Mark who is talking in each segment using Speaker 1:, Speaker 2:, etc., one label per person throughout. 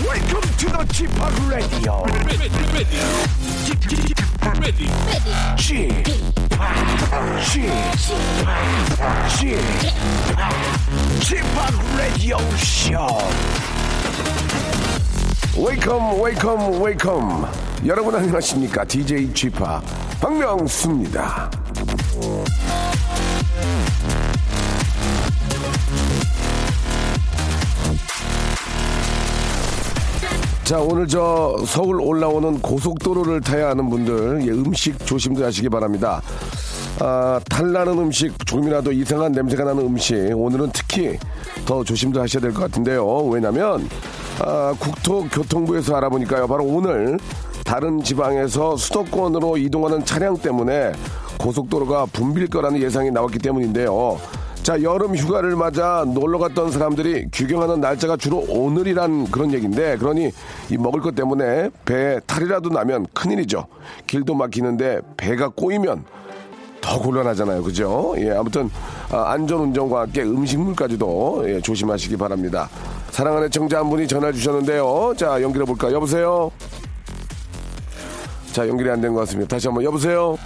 Speaker 1: to the Chip Radio.
Speaker 2: ready, ready, ready,
Speaker 1: Chip, Chip, Chip, Chip Radio Show. Welcome, welcome, welcome. 여러분 안녕하십니까? DJ G 파 박명수입니다. 자 오늘 저 서울 올라오는 고속도로를 타야 하는 분들 예, 음식 조심들 하시기 바랍니다. 아, 탈나는 음식 조금이라도 이상한 냄새가 나는 음식 오늘은 특히 더 조심들 하셔야 될 것 같은데요. 왜냐하면 아, 국토교통부에서 알아보니까요. 바로 오늘 다른 지방에서 수도권으로 이동하는 차량 때문에 고속도로가 붐빌 거라는 예상이 나왔기 때문인데요. 자 여름 휴가를 맞아 놀러 갔던 사람들이 귀경하는 날짜가 주로 오늘이란 그런 얘기인데 그러니 이 먹을 것 때문에 배에 탈이라도 나면 큰일이죠 길도 막히는데 배가 꼬이면 더 곤란하잖아요 그죠 예 아무튼 아, 안전운전과 함께 음식물까지도 예, 조심하시기 바랍니다 사랑하는 청자 한 분이 전화 주셨는데요 자 연결해 볼까 여보세요 자 연결이 안 된 것 같습니다 다시 한번 여보세요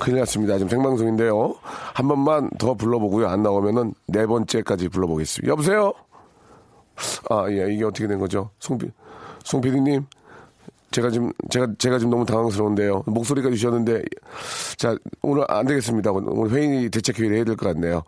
Speaker 1: 큰일 났습니다. 지금 생방송인데요. 한 번만 더 불러보고요. 안 나오면은 네 번째까지 불러보겠습니다. 여보세요? 아, 예, 이게 어떻게 된 거죠? 송비, 송피디님. 제가 지금, 제가, 제가 지금 너무 당황스러운데요. 목소리가 주셨는데, 자, 오늘 안 되겠습니다. 오늘 회의 대책회의를 해야 될 것 같네요.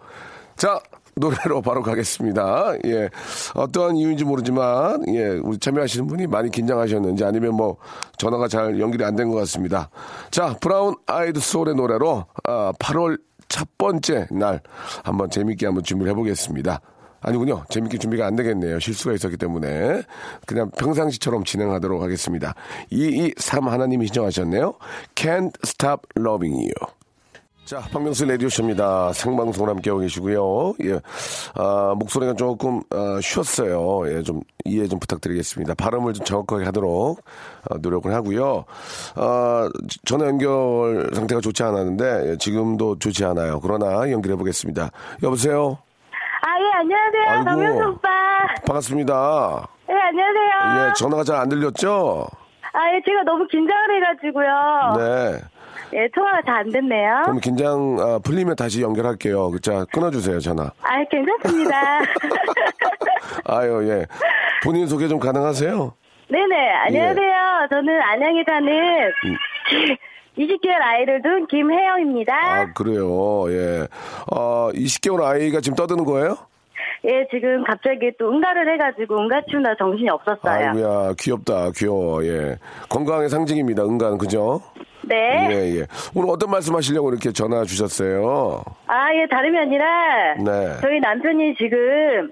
Speaker 1: 자, 노래로 바로 가겠습니다. 예. 어떠한 이유인지 모르지만, 예, 우리 참여하시는 분이 많이 긴장하셨는지 아니면 뭐 전화가 잘 연결이 안 된 것 같습니다. 자, 브라운 아이드 소울의 노래로, 아, 8월 첫 번째 날 한번 재밌게 한번 준비를 해보겠습니다. 아니군요. 재밌게 준비가 안 되겠네요. 실수가 있었기 때문에. 그냥 평상시처럼 진행하도록 하겠습니다. 223 하나님이 신청하셨네요. Can't Stop Loving You. 자, 박명수 레디오쇼입니다. 생방송을 함께하고 계시고요. 예, 아, 목소리가 조금 아, 쉬었어요. 예, 좀 이해 좀 부탁드리겠습니다. 발음을 좀 정확하게 하도록 아, 노력을 하고요. 아, 지- 전화 연결 상태가 좋지 않았는데 예, 지금도 좋지 않아요. 그러나 연결해 보겠습니다. 여보세요.
Speaker 3: 아, 예, 안녕하세요.
Speaker 1: 아이고.
Speaker 3: 박명수 오빠.
Speaker 1: 반갑습니다.
Speaker 3: 예, 안녕하세요.
Speaker 1: 예, 전화가 잘 안 들렸죠?
Speaker 3: 아, 예, 제가 너무 긴장을 해가지고요.
Speaker 1: 네.
Speaker 3: 예, 통화가 잘 안 됐네요.
Speaker 1: 그럼 긴장 아, 풀리면 다시 연결할게요. 자, 끊어주세요 전화.
Speaker 3: 아, 괜찮습니다.
Speaker 1: 아유, 예. 본인 소개 좀 가능하세요?
Speaker 3: 네네,
Speaker 1: 예.
Speaker 3: 안녕하세요. 저는 안양에 사는
Speaker 1: 음.
Speaker 3: 20개월 아이를 둔 김혜영입니다.
Speaker 1: 아, 그래요. 예. 어, 20개월 아이가 지금 떠드는 거예요?
Speaker 3: 예, 지금 갑자기 또 응가를 해가지고 응가 추나 정신이 없었어요.
Speaker 1: 아이고야, 귀엽다, 귀여워. 예. 건강의 상징입니다, 은간, 그죠?
Speaker 3: 네.
Speaker 1: 예, 예. 오늘 어떤 말씀 하시려고 이렇게 전화 주셨어요?
Speaker 3: 아, 예, 다름이 아니라
Speaker 1: 네.
Speaker 3: 저희 남편이 지금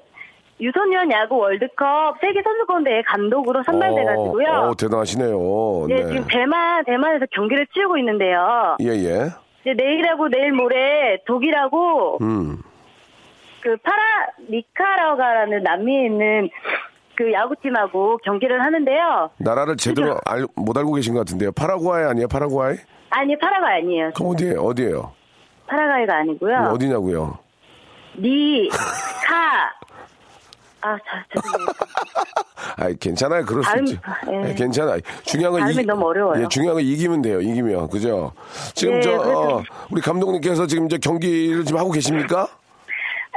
Speaker 3: 유소년 야구 월드컵 세계 선수권대회 감독으로 선발돼가지고요.
Speaker 1: 어, 어, 대단하시네요.
Speaker 3: 예, 지금 대만, 대만에서 경기를 치르고 있는데요.
Speaker 1: 예, 예.
Speaker 3: 이제 내일하고 내일 모레 독일하고
Speaker 1: 음.
Speaker 3: 그 파라, 니카라가라는 남미에 있는 그 야구팀하고 경기를 하는데요.
Speaker 1: 나라를 제대로 알, 못 알고 계신 것 같은데요. 파라과이 아니에요, 파라과이?
Speaker 3: 아니, 파라가 아니에요.
Speaker 1: 그럼 어디에, 어디에요?
Speaker 3: 파라가이가 아니고요.
Speaker 1: 음, 어디냐고요?
Speaker 3: 니, 카. 아, 자, 죄송해요.
Speaker 1: 아이 괜찮아요. 그럴 수
Speaker 3: 발음,
Speaker 1: 있지.
Speaker 3: 예.
Speaker 1: 예, 괜찮아요. 중요한 건
Speaker 3: 발음이 너무 어려워요.
Speaker 1: 예, 중요한 건 이기면 돼요. 이기면 그죠. 지금
Speaker 3: 예,
Speaker 1: 저
Speaker 3: 그래서-
Speaker 1: 어, 우리 감독님께서 지금 이제 경기를 지금 하고 계십니까?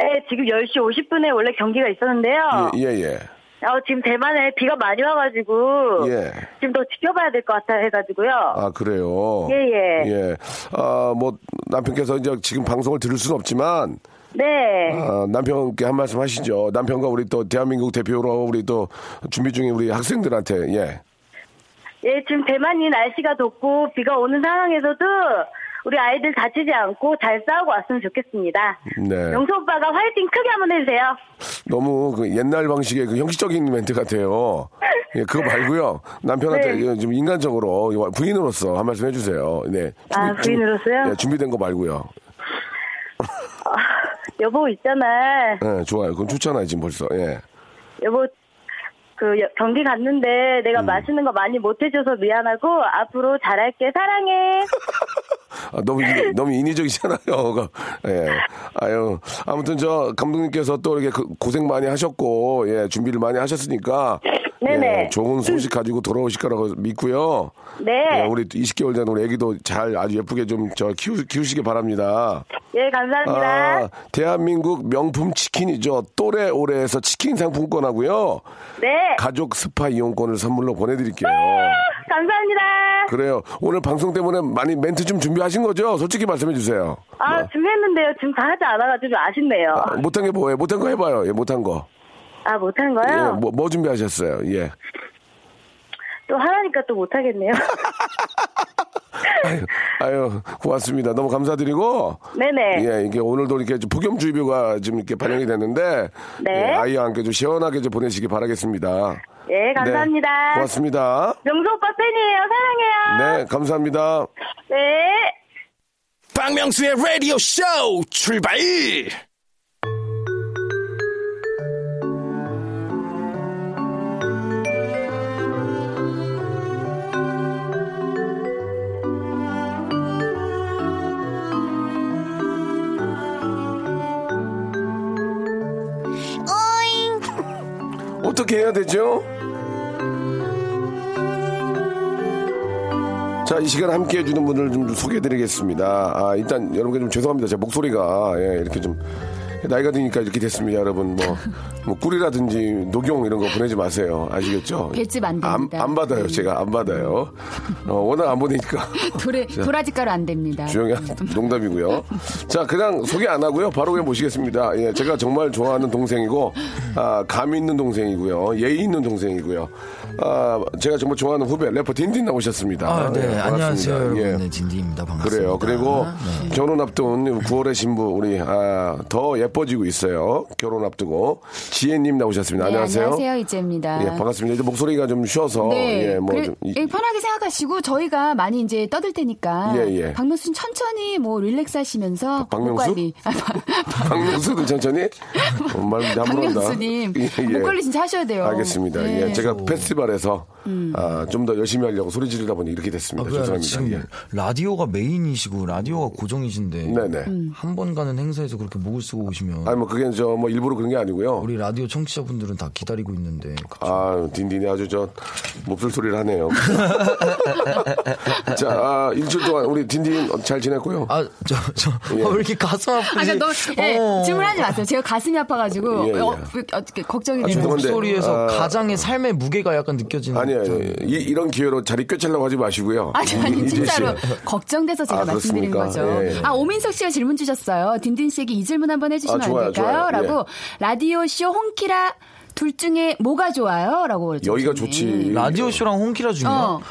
Speaker 3: 예, 지금 10시 50분에 원래 경기가 있었는데요.
Speaker 1: 예, 예,
Speaker 3: 어, 지금 대만에 비가 많이 와가지고
Speaker 1: 예.
Speaker 3: 지금 더 지켜봐야 될 것 같아 해가지고요.
Speaker 1: 아 그래요.
Speaker 3: 예, 예.
Speaker 1: 아뭐 남편께서 이제 지금 방송을 들을 수는 없지만
Speaker 3: 네.
Speaker 1: 아, 남편께 한 말씀 하시죠. 남편과 우리 또 대한민국 대표로 우리 또 준비 중인 우리 학생들한테 예.
Speaker 3: 예, 지금 대만이 날씨가 덥고 비가 오는 상황에서도 우리 아이들 다치지 않고 잘 싸우고 왔으면 좋겠습니다.
Speaker 1: 네.
Speaker 3: 영수 오빠가 화이팅 크게 한번 해주세요.
Speaker 1: 너무 그 옛날 방식의 그 형식적인 멘트 같아요. 예, 그거 말고요. 남편한테
Speaker 3: 네.
Speaker 1: 예, 좀 인간적으로 부인으로서 한 말씀 해주세요. 네.
Speaker 3: 아,
Speaker 1: 준비-
Speaker 3: 부인으로서요?
Speaker 1: 예, 준비된 거 말고요.
Speaker 3: 여보 있잖아.
Speaker 1: 예, 좋아요. 그건 좋잖아요, 지금 벌써. 예.
Speaker 3: 여보 그 여- 경기 갔는데
Speaker 1: 음.
Speaker 3: 내가 맛있는 거 많이 못 해줘서 미안하고 앞으로 잘할게 사랑해.
Speaker 1: 아, 너무, 인, 너무 인위적이잖아요. 그거. 예. 아유. 아무튼 저 감독님께서 또 이렇게 그 고생 많이 하셨고, 예, 준비를 많이 하셨으니까,
Speaker 3: 네네.
Speaker 1: 예, 좋은 소식 가지고 돌아오실 거라고 믿고요.
Speaker 3: 네.
Speaker 1: 예, 우리 20개월 된 우리 애기도 잘 아주 예쁘게 좀 저 키우, 키우시기 바랍니다.
Speaker 3: 예, 감사합니다.
Speaker 1: 아, 대한민국 명품 치킨이죠. 또래 오래에서 치킨 상품권 하고요.
Speaker 3: 네.
Speaker 1: 가족 스파 이용권을 선물로 보내드릴게요.
Speaker 3: 감사합니다.
Speaker 1: 그래요. 오늘 방송 때문에 많이 멘트 좀 준비하신 거죠? 솔직히 말씀해 주세요.
Speaker 3: 아, 준비했는데요. 지금 다 하지 않아가지고 아쉽네요.
Speaker 1: 네. 아, 못한 게 뭐예요? 못한 거 해봐요. 예, 못한 거.
Speaker 3: 아, 못한
Speaker 1: 예,
Speaker 3: 거요?
Speaker 1: 뭐, 뭐 준비하셨어요? 예.
Speaker 3: 또 하라니까 또 못하겠네요.
Speaker 1: 아유, 아유, 고맙습니다. 너무 감사드리고.
Speaker 3: 네네.
Speaker 1: 예, 이게 오늘도 이렇게 좀 폭염주의보가 지금 이렇게 발령이 됐는데.
Speaker 3: 네.
Speaker 1: 예, 아이와 함께 좀 시원하게 좀 보내시기 바라겠습니다.
Speaker 3: 예, 감사합니다.
Speaker 1: 네, 고맙습니다.
Speaker 3: 명수 오빠 팬이에요. 사랑해요.
Speaker 1: 네, 감사합니다.
Speaker 3: 네.
Speaker 2: 박명수의 라디오 쇼 출발
Speaker 1: 어떻게 해야 되죠? 자, 이 시간 함께 해주는 분을 좀 소개해드리겠습니다. 아, 일단 여러분께 좀 죄송합니다. 제 목소리가, 예, 이렇게 좀, 나이가 드니까 이렇게 됐습니다. 여러분, 뭐, 뭐 꿀이라든지 녹용 이런 거 보내지 마세요. 아시겠죠?
Speaker 4: 뱃집 안
Speaker 1: 안,
Speaker 4: 됩니다. 네.
Speaker 1: 안 받아요. 제가 안 받아요. 어, 워낙 안 보니까.
Speaker 4: 도래, 도라지가루 안 됩니다.
Speaker 1: 주영이 한
Speaker 4: 음.
Speaker 1: 농담이고요. 자, 그냥 소개 안 하고요. 바로 그냥 모시겠습니다. 예, 제가 정말 좋아하는 동생이고, 아, 감 있는 동생이고요. 예의 있는 동생이고요. 아, 제가 정말 좋아하는 후배 래퍼 딘딘 나오셨습니다.
Speaker 5: 아,
Speaker 1: 예,
Speaker 5: 네.
Speaker 1: 반갑습니다.
Speaker 5: 안녕하세요, 여러분.
Speaker 1: 예.
Speaker 5: 네, 진디입니다. 반갑습니다.
Speaker 1: 그래요.
Speaker 5: 네.
Speaker 1: 그리고 네. 결혼 앞둔 9월의 신부 우리 아, 더 예뻐지고 있어요. 결혼 앞두고 지혜님 나오셨습니다.
Speaker 4: 네,
Speaker 1: 안녕하세요.
Speaker 4: 안녕하세요. 이재입니다.
Speaker 1: 예, 반갑습니다. 이제 목소리가 좀 쉬어서
Speaker 4: 네,
Speaker 1: 예, 뭐
Speaker 4: 그래,
Speaker 1: 좀 이-
Speaker 4: 예, 편하게 생각하시고 저희가 많이 이제 떠들 테니까
Speaker 1: 예, 예.
Speaker 4: 박명수는 천천히 뭐 릴렉스 하시면서
Speaker 1: 박명수?
Speaker 4: 목관리 아, 박-
Speaker 1: 박명수도 천천히 어, 말 나무로 한다.
Speaker 4: 박명수님
Speaker 1: 예, 예.
Speaker 4: 목걸리 진짜 하셔야 돼요.
Speaker 1: 알겠습니다.
Speaker 4: 네. 음.
Speaker 1: 예, 제가 페스티벌에서 아, 좀 더 열심히 하려고 소리 지르다 보니 이렇게
Speaker 5: 아,
Speaker 1: 됐습니다.
Speaker 5: 그래요? 지금
Speaker 1: 죄송합니다. 예. 네.
Speaker 5: 라디오가 메인이시고 라디오가 고정이신데
Speaker 1: 네네.
Speaker 4: 음.
Speaker 5: 한 번 가는 행사에서 그렇게 목을 쓰고 오시면
Speaker 1: 아니 뭐 그게 저 뭐 일부러 그런 게 아니고요.
Speaker 5: 우리 라디오 청취자분들은 다 기다리고 있는데 그-
Speaker 1: 아 딘딘이 아주 저 몹쓸 소리를 하네요. 자 아, 일주일 동안 우리 딘딘 잘 지냈고요.
Speaker 5: 아, 저, 저,
Speaker 1: 예.
Speaker 5: 아, 왜 이렇게 가슴
Speaker 4: 아,
Speaker 5: 아프지?
Speaker 4: 그러니까 너, 예,
Speaker 5: 어.
Speaker 4: 질문하지 마세요. 제가 가슴이 아파가지고
Speaker 1: 예, 예.
Speaker 4: 어, 어떻게 걱정이
Speaker 1: 아,
Speaker 5: 이
Speaker 4: 되네요.
Speaker 1: 죄송한데,
Speaker 5: 목소리에서
Speaker 1: 아,
Speaker 5: 가장의 삶의 무게가 약간 느껴지는.
Speaker 1: 아니에요.
Speaker 5: 듯한.
Speaker 1: 아니에요. 이, 이런 기회로 자리 꿰차려고 하지 마시고요.
Speaker 4: 아니, 아니,
Speaker 1: 이재 씨.
Speaker 4: 진짜로. 걱정돼서 제가
Speaker 1: 아,
Speaker 4: 말씀드린
Speaker 1: 그렇습니까?
Speaker 4: 거죠.
Speaker 1: 예, 예.
Speaker 4: 아, 오민석 씨가 질문 주셨어요. 딘딘 씨에게 이 질문 한번 해주시면
Speaker 1: 아, 좋아요,
Speaker 4: 안 될까요?
Speaker 1: 좋아요.
Speaker 4: 라고, 라디오쇼 홍키라 둘 중에 뭐가 좋아요? 라고.
Speaker 1: 여기가
Speaker 4: 질문해.
Speaker 1: 좋지.
Speaker 5: 라디오쇼랑 홍키라 중에
Speaker 4: 어.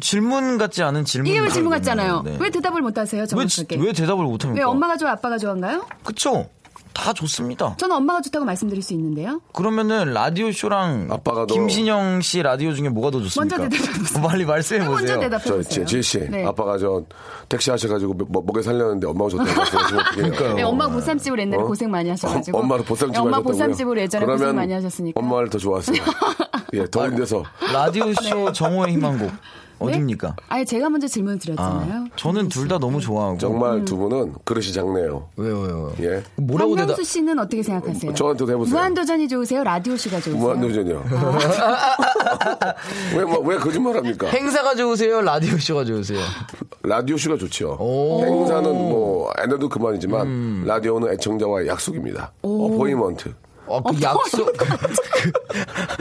Speaker 5: 질문 같지 않은
Speaker 1: 음,
Speaker 5: 질문.
Speaker 4: 이게 왜 질문 같잖아요.
Speaker 1: 네.
Speaker 4: 왜 대답을 못 하세요?
Speaker 5: 왜,
Speaker 4: 정확하게.
Speaker 5: 지- 왜 대답을 못합니까?
Speaker 4: 왜 엄마가 좋아, 아빠가 좋아한가요?
Speaker 5: 그쵸? 다 좋습니다.
Speaker 4: 저는 엄마가 좋다고 말씀드릴 수 있는데요.
Speaker 5: 그러면은 라디오 쇼랑
Speaker 1: 아빠가 더-
Speaker 5: 김신영 씨 라디오 중에 뭐가 더 좋습니까? 어,
Speaker 4: 먼저 대답해보세요. 네,
Speaker 5: 빨리 말씀해 보세요.
Speaker 4: 먼저
Speaker 1: 저,
Speaker 4: 대답해보세요.
Speaker 1: 제, 지혜 씨,
Speaker 4: 네.
Speaker 1: 아빠가 저 택시 하셔가지고 뭐, 먹여 살렸는데 엄마가 줬다고 말씀하시면 어떡해요.
Speaker 4: 네, 엄마 보쌈집을 옛날에
Speaker 1: 어?
Speaker 4: 고생 많이 하셔가지고.
Speaker 1: 어, 엄마를 보쌈집을
Speaker 4: 네, 엄마
Speaker 1: 하셨다고요?
Speaker 4: 보쌈집을 예전에
Speaker 1: 그러면
Speaker 4: 고생 많이 하셨으니까.
Speaker 1: 엄마를 더 좋아하세요. 예, 더운 데서
Speaker 4: 네.
Speaker 5: 라디오 쇼 정호의 희망곡 어딥니까?
Speaker 4: 아니, 제가 먼저 질문을
Speaker 5: 아,
Speaker 4: 드렸잖아요. 네.
Speaker 5: 저는 둘 다 너무 좋아하고.
Speaker 1: 정말
Speaker 4: 음.
Speaker 1: 두 분은 그릇이 작네요.
Speaker 5: 왜요, 왜요?
Speaker 1: 예.
Speaker 5: 뭐라고 대답?
Speaker 4: 박명수 씨는 어떻게 생각하세요?
Speaker 1: 저한테도 해보세요.
Speaker 4: 무한도전이 좋으세요? 라디오 씨가 좋으세요? 아.
Speaker 1: 무한도전이요. 왜, 뭐, 왜 거짓말 합니까?
Speaker 5: 행사가 좋으세요? 라디오 쇼가 좋으세요?
Speaker 1: 라디오 쇼가 좋죠. 행사는 뭐, 애들도 그만이지만,
Speaker 4: 음.
Speaker 1: 라디오는 애청자와의 약속입니다. 어포이먼트.
Speaker 5: 어, 그 약속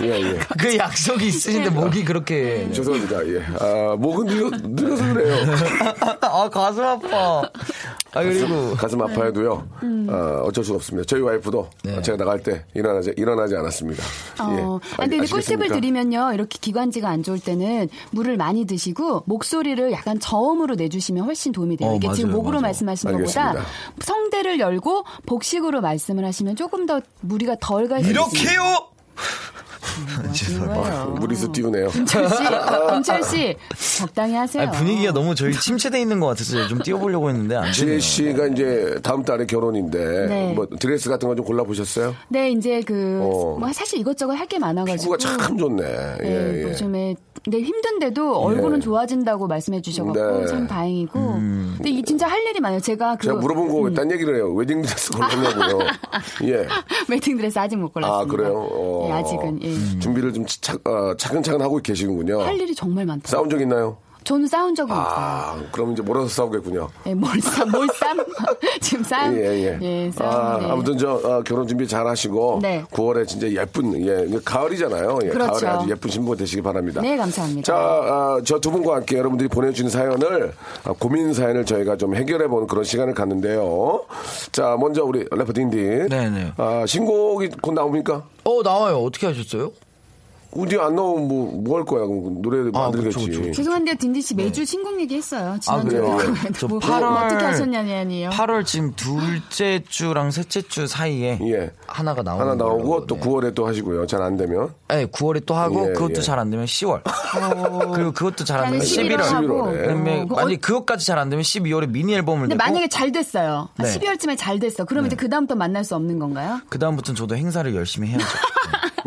Speaker 1: 예, 예.
Speaker 5: 그 약속이
Speaker 4: 네.
Speaker 5: 있으신데 목이 그렇게
Speaker 1: 죄송합니다. 예. 아, 목은 늘려, 늘려서 그래요.
Speaker 5: 아 가슴 아파. 아 그리고
Speaker 4: 네.
Speaker 1: 가슴 아파해도요.
Speaker 4: 음.
Speaker 1: 어, 어쩔 수가 없습니다. 저희 와이프도 제가 나갈 때 일어나지 일어나지 않았습니다.
Speaker 4: 어,
Speaker 1: 예.
Speaker 4: 아, 근데
Speaker 1: 아,
Speaker 4: 이제
Speaker 1: 아시겠습니까?
Speaker 4: 꿀팁을 드리면요, 이렇게 기관지가 안 좋을 때는 물을 많이 드시고 목소리를 약간 저음으로 내주시면 훨씬 도움이 돼요.
Speaker 5: 어,
Speaker 4: 이게 지금
Speaker 5: 맞아요,
Speaker 4: 목으로
Speaker 5: 맞아요.
Speaker 4: 말씀하신
Speaker 1: 알겠습니다.
Speaker 4: 것보다 성대를 열고 복식으로 말씀을 하시면 조금 더 무리가 덜 갈 수 있습니다.
Speaker 5: 이렇게요?
Speaker 4: 네.
Speaker 1: 아, 무리수 띄우네요.
Speaker 4: 김철 씨, 김철 아, 씨, 적당히 하세요.
Speaker 5: 아니, 분위기가 너무 저희 침체돼 있는 것 같아서 좀 띄워보려고 했는데 안
Speaker 1: 지혜
Speaker 5: 되네요.
Speaker 1: 씨가 이제 다음 달에 결혼인데
Speaker 4: 네.
Speaker 1: 뭐 드레스 같은 거 좀 골라 보셨어요?
Speaker 4: 네, 이제 그,
Speaker 1: 어.
Speaker 4: 뭐 사실 이것저것 할 게 많아가지고.
Speaker 1: 피부가 참 좋네.
Speaker 4: 네,
Speaker 1: 예, 예.
Speaker 4: 요즘에 근데 힘든데도 얼굴은 좋아진다고 말씀해 주셔갖고
Speaker 1: 네. 음.
Speaker 4: 참 다행이고. 근데 이 진짜 할 일이 많아요. 제가 그
Speaker 1: 제가 물어본 거 딴 얘기를 해요. 웨딩 드레스 골랐냐고요. 예.
Speaker 4: 웨딩 드레스 아직 못 골랐습니다.
Speaker 1: 아, 그래요? 어.
Speaker 4: 예, 아직은 예.
Speaker 1: 준비를 좀 차, 아, 차근차근 하고 계시는군요.
Speaker 4: 할 일이 정말 많다.
Speaker 1: 어. 싸운 적 있나요?
Speaker 4: 저는 싸운 적이 없어요.
Speaker 1: 아, 그럼 이제 몰아서 싸우겠군요.
Speaker 4: 예, 몰쌈, 몰쌈. 지금 싸움.
Speaker 1: 예, 예.
Speaker 4: 싸움.
Speaker 1: 아,
Speaker 4: 네.
Speaker 1: 아무튼 저 어, 결혼 준비 잘 하시고
Speaker 4: 네.
Speaker 1: 9월에 진짜 예쁜 예, 가을이잖아요. 예,
Speaker 4: 그렇죠.
Speaker 1: 가을에 아주 예쁜 신부 되시기 바랍니다.
Speaker 4: 네, 감사합니다.
Speaker 1: 자, 아, 저 두 분과 함께 여러분들이 보내주신 사연을 아, 고민 사연을 저희가 좀 해결해 보는 그런 시간을 갖는데요. 자, 먼저 우리 래퍼 딘디.
Speaker 5: 네, 네.
Speaker 1: 아, 신곡이 곧 나옵니까?
Speaker 5: 어 나와요. 어떻게 하셨어요?
Speaker 1: 우리 안 나오면 뭐 뭐 할 거야? 그럼 노래
Speaker 5: 아,
Speaker 1: 만들겠지.
Speaker 5: 그쵸, 그쵸.
Speaker 4: 죄송한데요, 딘디
Speaker 1: 네.
Speaker 4: 씨 매주 신곡 얘기했어요. 지난주에
Speaker 5: 아, 그래요?
Speaker 4: 도
Speaker 5: 저
Speaker 4: 뭐,
Speaker 5: 팔월-
Speaker 4: 어떻게 하셨냐니요.
Speaker 5: 8월 지금 둘째 주랑 셋째 주 사이에
Speaker 1: 예.
Speaker 5: 하나가 나오는
Speaker 1: 하나 나오고
Speaker 5: 걸로,
Speaker 1: 또
Speaker 5: 네.
Speaker 1: 9월에 또 하시고요. 잘 안 되면
Speaker 5: 네, 9월에 또 하고
Speaker 1: 예,
Speaker 5: 그것도
Speaker 1: 예.
Speaker 5: 잘 안 되면 10월. 그리고 그것도 잘 안 되면
Speaker 1: 11월
Speaker 5: 11월.
Speaker 1: 하고.
Speaker 5: 그러면
Speaker 4: 어,
Speaker 5: 만약 에 그것까지 잘 안 되면 12월에 미니 앨범을
Speaker 4: 근데
Speaker 5: 내고
Speaker 4: 만약에 잘 됐어요. 아,
Speaker 5: 네.
Speaker 4: 12월쯤에 잘 됐어. 그러면 이제 그 다음부터 만날 수 없는 건가요?
Speaker 5: 그다음부터는 저도 행사를 열심히 해야죠.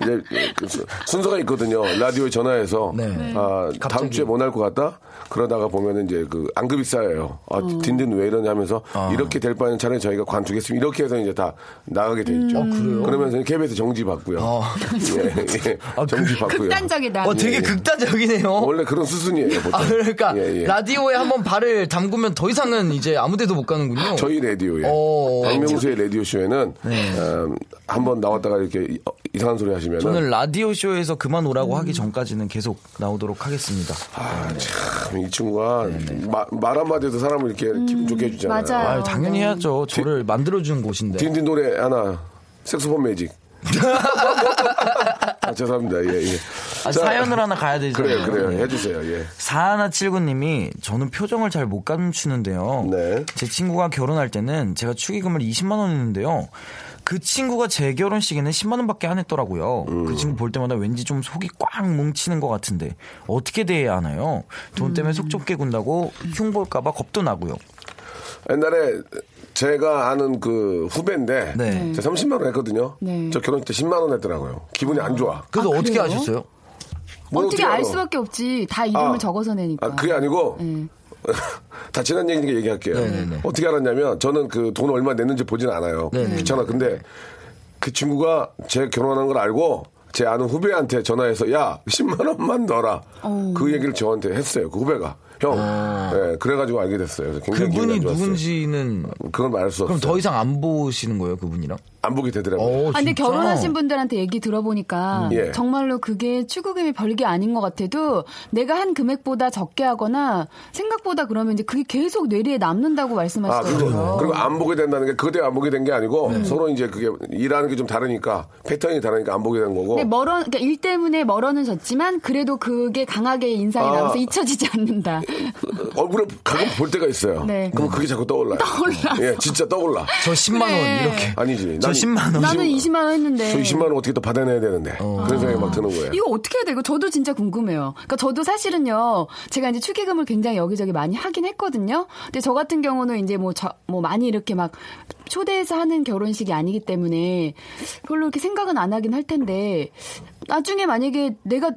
Speaker 1: 이제 그 수- 순서가 있거든요. 라디오에 전화해서
Speaker 5: 네. 네.
Speaker 1: 아, 다음
Speaker 5: 갑자기.
Speaker 1: 주에 못 할 것 같다. 그러다가 보면은 이제 그 안급이 쌓여요. 아,
Speaker 4: 어.
Speaker 1: 딘딘 왜 이러냐 하면서
Speaker 5: 아.
Speaker 1: 이렇게 될 바에는 차라리 저희가 관두겠습니다. 이렇게 해서 이제 다 나가게 돼 있죠.
Speaker 5: 음. 아,
Speaker 1: 그러면서 KBS 정지 받고요. 예, 예.
Speaker 5: 아, 그
Speaker 1: 정지 받고요. 어,
Speaker 4: 극단적이다.
Speaker 5: 어 되게 극단적이네요.
Speaker 1: 원래 그런 수순이에요. 보통.
Speaker 5: 아, 그러니까
Speaker 1: 예, 예.
Speaker 5: 라디오에 한번 발을 담그면 더 이상은 이제 아무데도 못 가는군요.
Speaker 1: 저희 라디오에
Speaker 5: 어. 네.
Speaker 1: 박명수의 라디오 쇼에는 어, 한번 나왔다가 이렇게 이- 어, 이상한 소리 하시면
Speaker 5: 저는 라디오 쇼에서 그만 오라고 하기 전까지는 계속 나오도록 하겠습니다.
Speaker 1: 아. 아참이 친구가
Speaker 5: 네,
Speaker 1: 마- 말 한마디도 사람을 이렇게 기분 좋게 해주잖아요.
Speaker 4: 음, 맞아요.
Speaker 5: 아, 당연히 해야죠. 저를 만들어주는 곳인데.
Speaker 1: 딘딘 노래 하나 섹스폰 매직 아, 죄송합니다 예, 예.
Speaker 5: 아,
Speaker 1: 자,
Speaker 5: 사연을 하나 네. 가야 되죠.
Speaker 1: 그래요 그래요 해주세요 예.
Speaker 5: 4179님이 저는 표정을 잘 못 감추는데요.
Speaker 1: 네.
Speaker 5: 제 친구가 결혼할 때는 제가 축의금을 20만 원 했는데요. 그 친구가 제 결혼식에는 10만 원밖에 안 했더라고요.
Speaker 1: 음.
Speaker 5: 그 친구 볼 때마다 왠지 좀 속이 꽉 뭉치는 것 같은데 어떻게 대해야 하나요? 돈 때문에 속 좁게 군다고 흉 볼까봐 겁도 나고요.
Speaker 1: 옛날에 제가 아는 그 후배인데
Speaker 5: 네.
Speaker 1: 제가 30만 원 했거든요
Speaker 4: 네.
Speaker 1: 저 결혼 때 10만 원 했더라고요 기분이 안 좋아 뭐
Speaker 5: 그래서
Speaker 4: 아,
Speaker 5: 어떻게
Speaker 4: 그래요?
Speaker 5: 하셨어요?
Speaker 1: 뭘
Speaker 4: 뭐 어떻게
Speaker 1: 알아?
Speaker 4: 알 수밖에 없지. 다 이름을
Speaker 1: 아,
Speaker 4: 적어서 내니까. 네.
Speaker 1: 아, 그게 아니고 다 지난 얘기니까 얘기할게요.
Speaker 5: 네,
Speaker 1: 어떻게 알았냐면 저는 그 돈 얼마 냈는지 보진 않아요.
Speaker 5: 네,
Speaker 1: 귀찮아. 근데 그 친구가 제 결혼한 걸 알고 제 아는 후배한테 전화해서 야 10만 원만 넣어라. 그 얘기를 저한테 했어요. 그 후배가 형. 예, 그래가지고 알게 됐어요. 그래서 굉장히
Speaker 5: 아. 그분이
Speaker 1: 기분이 안 좋았어요.
Speaker 5: 누군지는
Speaker 1: 그건 말할 수 없어요.
Speaker 5: 그럼 더 이상 안 보시는 거예요, 그분이랑?
Speaker 1: 안 보게 되더라고요.
Speaker 5: 어,
Speaker 4: 아, 근데
Speaker 5: 진짜?
Speaker 4: 결혼하신 분들한테 얘기 들어보니까
Speaker 1: 예.
Speaker 4: 정말로 그게 축의금이 별게 아닌 것 같아도 내가 한 금액보다 적게 하거나 생각보다 그러면 이제 그게 계속 뇌리에 남는다고
Speaker 1: 아,
Speaker 4: 말씀하시더라고요.
Speaker 1: 그리고, 그리고 안 보게 된다는 게 그대 안 보게 된 게 아니고
Speaker 5: 네.
Speaker 1: 서로 이제 그게 일하는 게 좀 다르니까 패턴이 다르니까 안 보게 된 거고.
Speaker 4: 근데 멀어, 그러니까 일 때문에 멀어는 졌지만 그래도 그게 강하게 인상이
Speaker 1: 아.
Speaker 4: 남아서 잊혀지지 않는다.
Speaker 1: 얼굴을 가끔 볼 때가 있어요.
Speaker 4: 네.
Speaker 1: 그럼 그게 자꾸 떠올라요.
Speaker 4: 떠올라서.
Speaker 1: 예, 진짜 떠올라.
Speaker 5: 저 10만 원
Speaker 4: 그래.
Speaker 5: 이렇게.
Speaker 1: 아니지.
Speaker 5: 저 10만 원.
Speaker 4: 네. 나는 20만 원
Speaker 1: 저
Speaker 4: 했는데.
Speaker 1: 20만 원 어떻게 또 받아내야 되는데. 그런 생각이 막 드는 거예요.
Speaker 4: 네. 이거 어떻게 해야 돼? 이거 저도 진짜 궁금해요. 그러니까 저도 사실은요, 제가 이제 축의금을 굉장히 여기저기 많이 하긴 했거든요. 근데 저 같은 경우는 이제 뭐, 저, 뭐 많이 이렇게 막 초대해서 하는 결혼식이 아니기 때문에 별로 이렇게 생각은 안 하긴 할 텐데 나중에 만약에 내가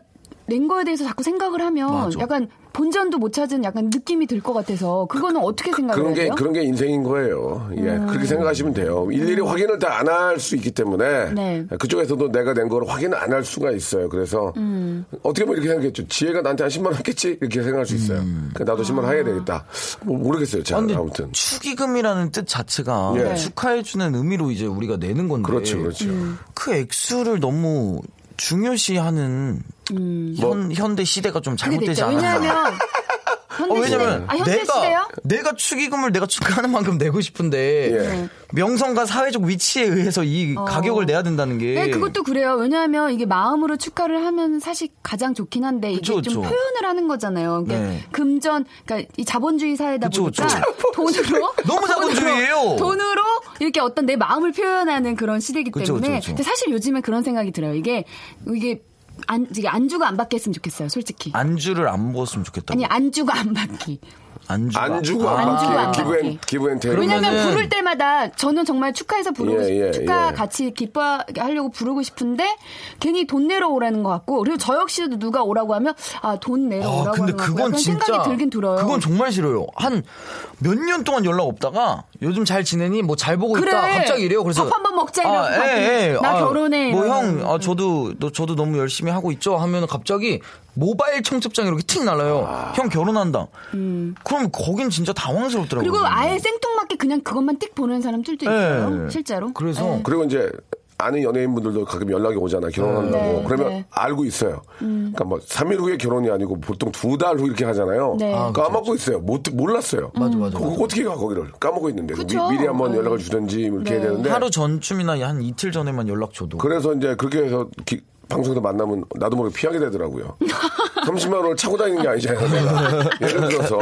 Speaker 4: 낸 거에 대해서 자꾸 생각을 하면
Speaker 5: 맞아.
Speaker 4: 약간 본전도 못 찾은 약간 느낌이 들 것 같아서 그거는 어떻게 생각해야
Speaker 1: 그런 게,
Speaker 4: 돼요? 음.
Speaker 1: 그런 게 인생인 거예요. 예, 그렇게 생각하시면 돼요. 일일이 확인을 다 안 할 수 있기 때문에.
Speaker 4: 네.
Speaker 1: 그쪽에서도 내가 낸 거를 확인을 안 할 수가 있어요. 그래서.
Speaker 4: 음.
Speaker 1: 어떻게 보면 이렇게 생각했죠. 지혜가 나한테 한 10만 원 했겠지? 이렇게 생각할 수 있어요. 그러니까 나도 10만 원 해야
Speaker 4: 아.
Speaker 1: 되겠다. 뭐 모르겠어요. 잘,
Speaker 5: 음. 아니,
Speaker 1: 아무튼.
Speaker 5: 축의금이라는 뜻 자체가
Speaker 1: 예. 네.
Speaker 5: 축하해주는 의미로 이제 우리가 내는 건데.
Speaker 1: 그렇죠, 그렇죠.
Speaker 5: 그 액수를 너무 중요시하는 현, 현대 시대가 좀
Speaker 4: 음. 그게
Speaker 5: 잘못되지
Speaker 4: 됐죠.
Speaker 5: 않았나.
Speaker 4: 왜냐하면 현대
Speaker 5: 어,
Speaker 4: 시대,
Speaker 5: 왜냐면
Speaker 4: 아, 현대 시대요?
Speaker 5: 내가 내가 축의금을 내가 축하하는 만큼 내고 싶은데
Speaker 1: 예. 네.
Speaker 5: 명성과 사회적 위치에 의해서 이 가격을 내야 된다는 게
Speaker 4: 어. 네, 그것도 그래요. 왜냐하면 이게 마음으로 축하를 하면 사실 가장 좋긴 한데 이게
Speaker 5: 그쵸,
Speaker 4: 좀
Speaker 5: 그쵸.
Speaker 4: 표현을 하는 거잖아요. 그러니까
Speaker 5: 네.
Speaker 4: 금전, 그러니까 이 자본주의 사회다
Speaker 5: 그쵸,
Speaker 4: 보니까
Speaker 5: 그쵸.
Speaker 4: 돈으로
Speaker 5: 너무 자본주의예요.
Speaker 4: 돈으로, 돈으로 이렇게 어떤 내 마음을 표현하는 그런 시대이기
Speaker 5: 그쵸,
Speaker 4: 때문에
Speaker 5: 그쵸, 그쵸.
Speaker 4: 근데 사실 요즘에 그런 생각이 들어요. 이게 이게
Speaker 5: 아.
Speaker 4: 안 이게 안주가 안 받게 했으면 좋겠어요. 솔직히
Speaker 5: 안주를 안 먹었으면 좋겠다.
Speaker 4: 아니 안주가 안 받기.
Speaker 5: 안 주고.
Speaker 1: 안 주고 안
Speaker 4: 안 주고 안
Speaker 1: 받기. 기부엔,
Speaker 4: 받기.
Speaker 1: 기부엔 대로.
Speaker 4: 왜냐면
Speaker 5: 그러면은-
Speaker 4: 부를 때마다 저는 정말 축하해서 부르고 싶-
Speaker 1: 예, 예,
Speaker 4: 축하
Speaker 1: 예.
Speaker 4: 같이 기뻐하려고 부르고 싶은데 괜히 돈 내러 오라는 것 같고 그리고 저 역시도 누가 오라고 하면 아 돈 내러
Speaker 5: 아,
Speaker 4: 오라고
Speaker 5: 근데
Speaker 4: 하는 것 같고
Speaker 5: 그건
Speaker 4: 약간
Speaker 5: 진짜
Speaker 4: 생각이 들긴 들어요.
Speaker 5: 그건 정말 싫어요. 한 몇 년 동안 연락 없다가 요즘 잘 지내니 뭐 잘 보고
Speaker 4: 그래.
Speaker 5: 있다 갑자기 이래요. 그래서
Speaker 4: 밥 한번 먹자 이러고
Speaker 5: 아,
Speaker 4: 갑자기
Speaker 5: 예, 예.
Speaker 4: 나
Speaker 5: 아,
Speaker 4: 결혼해
Speaker 5: 뭐
Speaker 4: 이러면서.
Speaker 5: 형, 아, 저도 너 저도 너무 열심히 하고 있죠. 하면 갑자기 모바일 청첩장 이렇게 틱 날라요.
Speaker 1: 아.
Speaker 5: 형 결혼한다. 그럼 거긴 진짜 당황스럽더라고요.
Speaker 4: 음. 그리고 아예 생뚱맞게 그냥 그것만 띡 보는 사람들도 있어요.
Speaker 5: 예.
Speaker 4: 실제로.
Speaker 5: 그래서
Speaker 1: 그리고 이제 아는 연예인분들도 가끔 연락이 오잖아 결혼한다고
Speaker 4: 네,
Speaker 1: 그러면
Speaker 4: 네.
Speaker 1: 알고 있어요 그러니까 뭐 (3일) 후에 결혼이 아니고 보통 두 달 후 이렇게 하잖아요
Speaker 4: 네. 아,
Speaker 1: 까먹고 있어요 못 몰랐어요
Speaker 5: 음. 맞아, 맞아,
Speaker 1: 그거
Speaker 5: 맞아.
Speaker 1: 어떻게 가 거기를 까먹고 있는데
Speaker 4: 그쵸.
Speaker 1: 미, 리 한번
Speaker 4: 네.
Speaker 1: 연락을 주든지 뭐 이렇게 해야 되는데
Speaker 5: 음. 하루 전쯤이나 한 이틀 전에만 연락 줘도
Speaker 1: 그래서 이제 그렇게 해서 기- 방송에서 만나면 나도 모르게 피하게 되더라고요. 30만 원을 차고 다니는 게 아니잖아요. 내가. 예를 들어서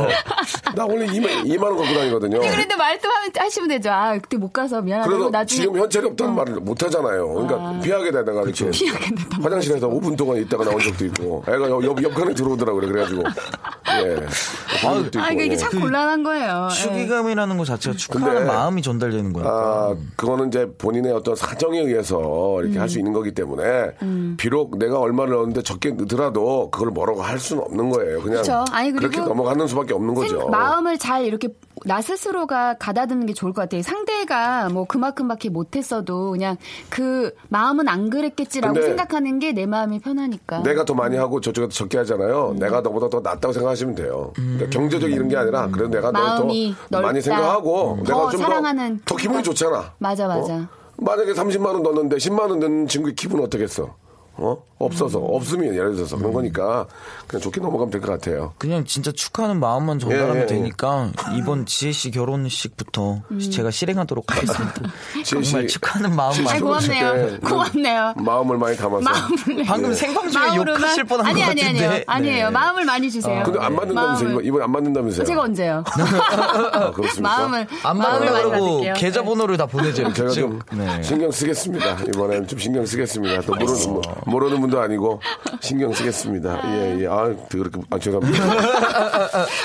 Speaker 1: 나 원래 2만, 2만 원 갖고 다니거든요.
Speaker 4: 예. 그런데 말씀하시면 되죠. 아 그때 못 가서 미안하다고
Speaker 1: 그래서
Speaker 4: 나중에 어.
Speaker 1: 지금 현찰이 없다는 말을 못 하잖아요. 그러니까 피하게 되다가 이렇게
Speaker 4: 피하게 되다가.
Speaker 1: 화장실에서 5분 동안 있다가 나온 적도 있고 애가 옆, 옆, 옆칸에 들어오더라고요. 그래가지고 예. 그런 것도
Speaker 4: 아
Speaker 1: 있고. 예.
Speaker 4: 그러니까 이게 참 곤란한 거예요. 예.
Speaker 5: 그 축의금이라는 것 자체가 축하하는
Speaker 1: 근데-
Speaker 5: 마음이 전달되는 거니까.
Speaker 1: 아, 그거는 이제 본인의 어떤 사정에 의해서 이렇게
Speaker 4: 음.
Speaker 1: 할 수 있는 거기 때문에 비록 내가 얼마를 넣었는데 적게 넣더라도 그걸 뭐라고 할 수는 없는 거예요. 그냥
Speaker 4: 그쵸. 아니, 그리고
Speaker 1: 그렇게 넘어가는 수밖에 없는
Speaker 4: 생-
Speaker 1: 거죠.
Speaker 4: 마음을 잘 이렇게 나 스스로가 가다듬는 게 좋을 것 같아요. 상대가 뭐 그만큼밖에 못했어도 그냥 그 마음은 안 그랬겠지라고
Speaker 1: 근데 네.
Speaker 4: 생각하는 게 내 마음이 편하니까.
Speaker 1: 내가 더 많이 하고 저쪽에서 적게 하잖아요.
Speaker 4: 음.
Speaker 1: 내가 너보다 더 낫다고 생각하시면 돼요. 그러니까 경제적 이런 게 아니라 그래도 내가 너더
Speaker 4: 마음이 넓다.
Speaker 1: 많이 생각하고
Speaker 4: 음.
Speaker 1: 내가
Speaker 4: 더
Speaker 1: 좀
Speaker 4: 사랑하는
Speaker 1: 더 기분이
Speaker 4: 기분.
Speaker 1: 어? 좋잖아.
Speaker 4: 맞아, 맞아.
Speaker 1: 만약에 30만 원 넣었는데 10만 원 넣는 친구의 기분 어떻겠어? 어? 없어서
Speaker 4: 음.
Speaker 1: 없으면 예를 들어서 그런 거니까 그냥 좋게 넘어가면 될 것 같아요.
Speaker 5: 그냥 진짜 축하하는 마음만 전달하면
Speaker 1: 예, 예,
Speaker 5: 되니까 이번 지혜 씨 결혼식부터
Speaker 4: 음.
Speaker 5: 제가 실행하도록 하겠습니다.
Speaker 1: 아, 지혜 씨.
Speaker 5: 정말 축하하는 마음만.
Speaker 4: 아이, 고맙네요.
Speaker 1: 네.
Speaker 4: 고맙네요.
Speaker 1: 마음을 많이 담아서.
Speaker 4: 아. 마음을 네.
Speaker 5: 방금 생방 중에
Speaker 4: 마음으로만-
Speaker 5: 욕하실 뻔한
Speaker 4: 아니,
Speaker 5: 것
Speaker 4: 아니,
Speaker 5: 같은데.
Speaker 4: 아니요. 아니에요.
Speaker 5: 네.
Speaker 4: 마음을 많이 주세요.
Speaker 1: 근데 아, 안 맞는다면서 이번,
Speaker 4: 마음을.
Speaker 1: 이번 안 맞는다면서요?
Speaker 4: 제가 언제요?
Speaker 1: 아, 그렇습니까?
Speaker 4: 마음을
Speaker 5: 안
Speaker 4: 마음을 많이
Speaker 5: 받으려고
Speaker 4: 받을게요. 네.
Speaker 5: 계좌번호를 뭐- 다 보내줘요.
Speaker 1: 제가 좀
Speaker 5: 네.
Speaker 1: 신경 쓰겠습니다. 이번에는 좀 신경 쓰겠습니다. 또 모르는 뭐, 모르는 분도 아니고 신경 쓰겠습니다. 예, 예. 아, 그렇게 아, 죄송합니다.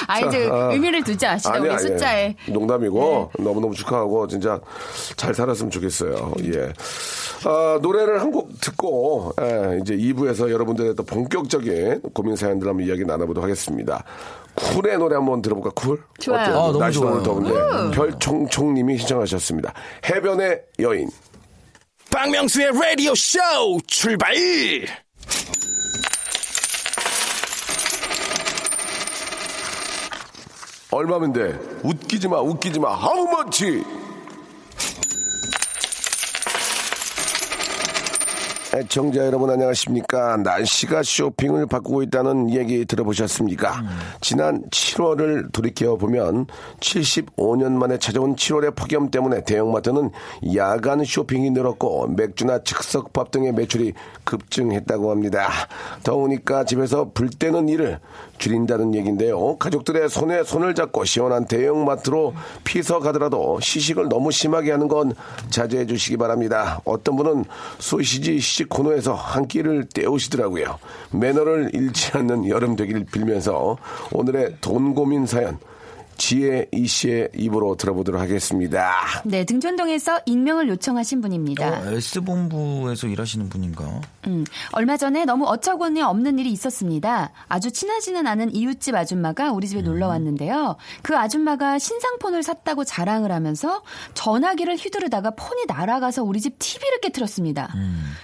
Speaker 4: 아 이제
Speaker 1: 아.
Speaker 4: 의미를 두지 아시죠 우리 숫자에. 네.
Speaker 1: 농담이고 너무너무 축하하고 진짜 잘 살았으면 좋겠어요. 예. 아, 노래를 한 곡 듣고 예, 이제 2부에서 여러분들의 또 본격적인 고민 사연들 한번 이야기 나눠보도록 하겠습니다. 쿨의 노래 한번 들어볼까? 쿨?
Speaker 4: 좋아요. 음.
Speaker 1: 어때요?
Speaker 5: 아, 너무
Speaker 1: 날씨도 오늘
Speaker 5: 좋아요.
Speaker 1: 더운데 별총총님이 신청하셨습니다. 해변의 여인.
Speaker 2: 박명수의 라디오 쇼 출발!
Speaker 1: 얼마면 돼? 웃기지 마, 웃기지 마. How much? 애청자 여러분 안녕하십니까 날씨가 쇼핑을 바꾸고 있다는 얘기 들어보셨습니까 지난 7월을 돌이켜보면 75년 만에 찾아온 7월의 폭염 때문에 대형마트는 야간 쇼핑이 늘었고 맥주나 즉석밥 등의 매출이 급증했다고 합니다 더우니까 집에서 불 때는 일을 줄인다는 얘기인데요 가족들의 손에 손을 잡고 시원한 대형마트로 피서 가더라도 시식을 너무 심하게 하는 건 자제해 주시기 바랍니다 어떤 분은 소시지 시식 코너에서 한 끼를 때우시더라고요. 매너를 잃지 않는 여름 되기를 빌면서 오늘의 돈 고민 사연 지혜 이 씨의 입으로 들어보도록 하겠습니다.
Speaker 4: 네 등촌동에서 익명을 요청하신 분입니다.
Speaker 5: 어, S본부에서 일하시는 분인가?
Speaker 4: 음, 얼마 전에 너무 어처구니 없는 일이 있었습니다. 아주 친하지는 않은 이웃집 아줌마가 우리 집에 놀러 왔는데요. 그 아줌마가 신상폰을 샀다고 자랑을 하면서 전화기를 휘두르다가 폰이 날아가서 우리 집 TV를 깨뜨렸습니다.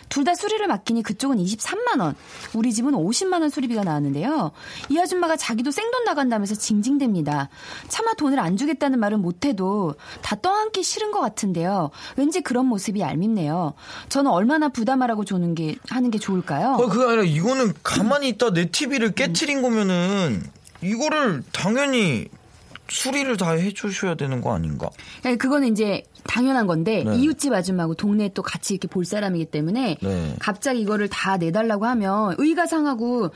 Speaker 4: 둘 다 수리를 맡기니 그쪽은 23만 원, 우리 집은 50만 원 수리비가 나왔는데요. 이 아줌마가 자기도 생돈 나간다면서 징징댑니다. 차마 돈을 안 주겠다는 말은 못해도 다 떠안기 싫은 것 같은데요. 왠지 그런 모습이 얄밉네요. 저는 얼마나 부담하라고 조는 게 하는 게 좋을까요?
Speaker 5: 어, 그게 아니라 이거는 가만히 있다 내 TV를 깨트린 거면은 이거를 당연히 수리를 다 해주셔야 되는 거 아닌가?
Speaker 4: 네, 그거는 이제 당연한 건데
Speaker 5: 네.
Speaker 4: 이웃집 아줌마하고 동네에 또 같이 이렇게 볼 사람이기 때문에
Speaker 5: 네.
Speaker 4: 갑자기 이거를 다 내달라고 하면 의가 상하고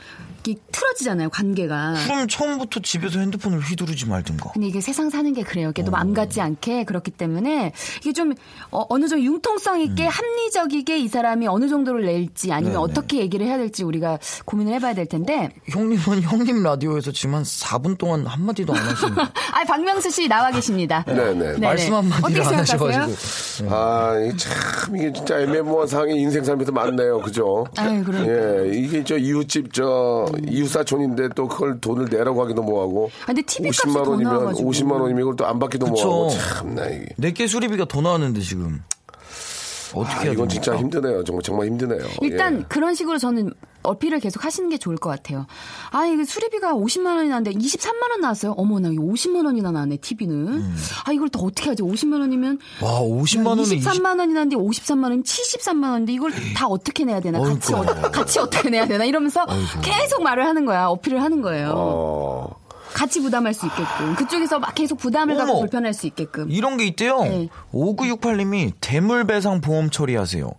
Speaker 4: 이 틀어지잖아요, 관계가.
Speaker 5: 그럼 처음부터 집에서 핸드폰을 휘두르지 말든가.
Speaker 4: 근데 이게 세상 사는 게 그래요. 이게 또 마음
Speaker 5: 어.
Speaker 4: 같지 않게 그렇기 때문에 이게 좀 어, 느 정도 융통성 있게 합리적이게 이 사람이 어느 정도를 낼지 아니면
Speaker 5: 음. 네네.
Speaker 4: 어떻게 얘기를 해야 될지 우리가 고민을 해봐야 될 텐데.
Speaker 5: 형님은 형님 라디오에서 지금 한 4분 동안 한마디도 안 하시는 거
Speaker 4: 아, 박명수 씨 나와 계십니다.
Speaker 1: 네네.
Speaker 5: 말씀 한마디를
Speaker 4: 어떻게
Speaker 5: 안
Speaker 4: 생각하세요?
Speaker 5: 하셔가지고.
Speaker 1: 아, 이게 참, 이게 진짜 애매모호한 상황이 인생 삶에서 많네요. 그죠?
Speaker 4: 아유, 그러니까요.
Speaker 1: 예, 이게 저 이웃집, 저, 이웃사촌인데 또 그걸 돈을 내라고 하기도 뭐하고.
Speaker 4: 아, 근데 TV 값이
Speaker 1: 50만
Speaker 4: 더
Speaker 1: 원이면,
Speaker 4: 나와가지고.
Speaker 1: 50만 원이면 이걸 또 안 받기도
Speaker 5: 그쵸.
Speaker 1: 뭐하고. 참나, 이게.
Speaker 5: 내게 수리비가 더 나왔는데 지금.
Speaker 1: 아,
Speaker 5: 어떻게 해야
Speaker 1: 이건 진짜
Speaker 5: 됩니까?
Speaker 1: 힘드네요. 정말, 정말 힘드네요.
Speaker 4: 일단
Speaker 5: 어,
Speaker 1: 예.
Speaker 4: 그런 식으로 저는 어필을 계속 하시는 게 좋을 것 같아요. 아, 이거 수리비가 50만 원이 나는데 23만 원 나왔어요. 어머나, 이거 50만 원이나 나네, TV는.
Speaker 5: 음.
Speaker 4: 아, 이걸 또 어떻게 하지? 50만 원이면
Speaker 5: 와 50만 원에
Speaker 4: 23만
Speaker 5: 20...
Speaker 4: 그러니까 원이 나는데 53만 원, 73만 원인데 이걸 다 어떻게 내야 되나? 같이, 어,
Speaker 5: 어이구.
Speaker 4: 같이 어떻게 내야 되나? 이러면서 계속 말을 하는 거야. 어필을 하는 거예요.
Speaker 1: 어,
Speaker 4: 같이 부담할 수 있게끔. 그쪽에서 막 계속 부담을 갖고
Speaker 5: 어머.
Speaker 4: 불편할 수 있게끔.
Speaker 5: 이런 게 있대요.
Speaker 4: 네.
Speaker 5: 5968님이 대물배상 보험 처리하세요.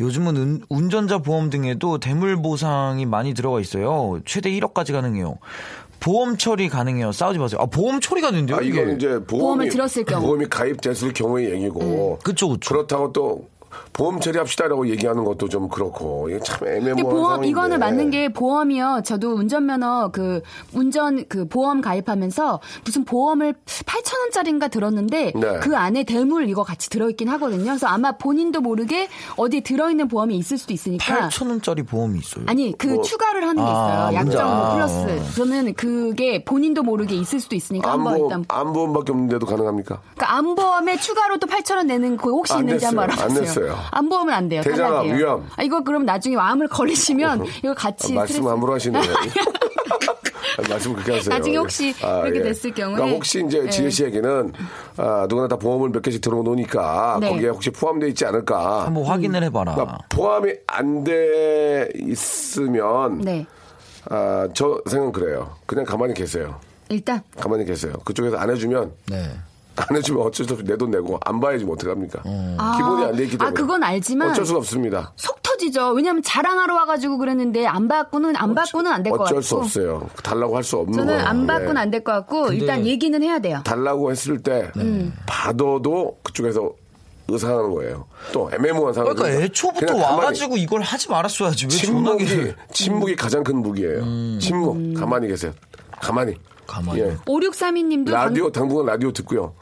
Speaker 5: 요즘은 운, 운전자 보험 등에도 대물 보상이 많이 들어가 있어요. 최대 1억까지 가능해요. 보험 처리 가능해요. 싸우지 마세요. 아 보험 처리가 된대요.
Speaker 1: 아, 이건 이제 보험이,
Speaker 4: 보험을 들었을 경우. 음.
Speaker 1: 보험이 가입됐을 경우의 얘기고.
Speaker 5: 그쵸 그쵸.
Speaker 1: 그렇다고 또, 보험 처리합시다라고 얘기하는 것도 좀 그렇고. 이게 참 애매모호한
Speaker 4: 근데 보험
Speaker 1: 뭐 상황인데.
Speaker 4: 이거는 맞는 게 보험이요. 저도 운전면허 그 운전 그 보험 가입하면서 무슨 보험을 8천 원짜리인가 들었는데
Speaker 1: 네.
Speaker 4: 그 안에 대물 이거 같이 들어있긴 하거든요. 그래서 아마 본인도 모르게 어디 에 들어있는 보험이 있을 수도 있으니까
Speaker 5: 8천 원짜리 보험이 있어요.
Speaker 4: 아. 아니 그
Speaker 1: 뭐,
Speaker 4: 추가를 하는 게 있어요.
Speaker 5: 아, 뭔지
Speaker 4: 약정
Speaker 5: 알아.
Speaker 4: 플러스 그러면 그게 본인도 모르게 있을 수도 있으니까 한번 일단
Speaker 1: 안보험, 안보험밖에 없는데도 가능합니까?
Speaker 4: 그러니까 안보험에 추가로 또 8천 원 내는 거 혹시
Speaker 1: 안
Speaker 4: 있는지 한번
Speaker 1: 냈어요.
Speaker 4: 알아보세요.
Speaker 1: 안 냈어요.
Speaker 4: 안보험은 안 돼요.
Speaker 1: 대장암,
Speaker 4: 탈락이에요.
Speaker 1: 위암.
Speaker 4: 아, 이거 그럼 나중에 암을 걸리시면 이거 같이
Speaker 1: 아, 말씀
Speaker 4: 스트레스-
Speaker 1: 함부로 하시네요. 아, 말씀 그렇게 하세요. 아,
Speaker 4: 나중에 혹시 그렇게 됐을 경우에.
Speaker 1: 그러니까 혹시 이제
Speaker 4: 네.
Speaker 1: 지혜 씨에게는 아, 누구나 다 보험을 몇 개씩 들어놓으니까
Speaker 4: 네.
Speaker 1: 거기에 혹시 포함되어 있지 않을까.
Speaker 5: 한번 확인을 해봐라.
Speaker 1: 그러니까 포함이 안 돼 있으면
Speaker 4: 네.
Speaker 1: 아, 저 생각은 그래요. 그냥 가만히 계세요.
Speaker 4: 일단
Speaker 1: 가만히 계세요. 그쪽에서 안 해주면
Speaker 5: 네.
Speaker 1: 안 해주면 어쩔 수 없이 내 돈 내고 안 봐야지 뭐 어떡합니까. 기본이 안 돼 있기
Speaker 4: 아,
Speaker 1: 때문에.
Speaker 4: 그건 알지만
Speaker 1: 어쩔 수 없습니다.
Speaker 4: 속 터지죠. 왜냐하면 자랑하러 와가지고 그랬는데 안 받고는 안 받고는 안 될 것 같고.
Speaker 1: 어쩔 수 없어요. 달라고 할 수 없는
Speaker 4: 저는
Speaker 1: 거예요.
Speaker 4: 안
Speaker 1: 예.
Speaker 4: 받고는 안 될 것 같고 일단 얘기는 해야 돼요.
Speaker 1: 달라고 했을 때 받아도 그쪽에서 의상하는 거예요. 또 애매모호한 상황.
Speaker 5: 그러니까 애초부터 와가지고 이걸 하지 말았어야지. 음. 왜
Speaker 1: 침묵이
Speaker 5: 전화기를.
Speaker 1: 침묵이 가장 큰 무기예요. 침묵 가만히 계세요. 가만히. 예.
Speaker 5: 가만히. 음,
Speaker 4: 5632님도 음.
Speaker 1: 라디오 당분간 라디오 듣고요.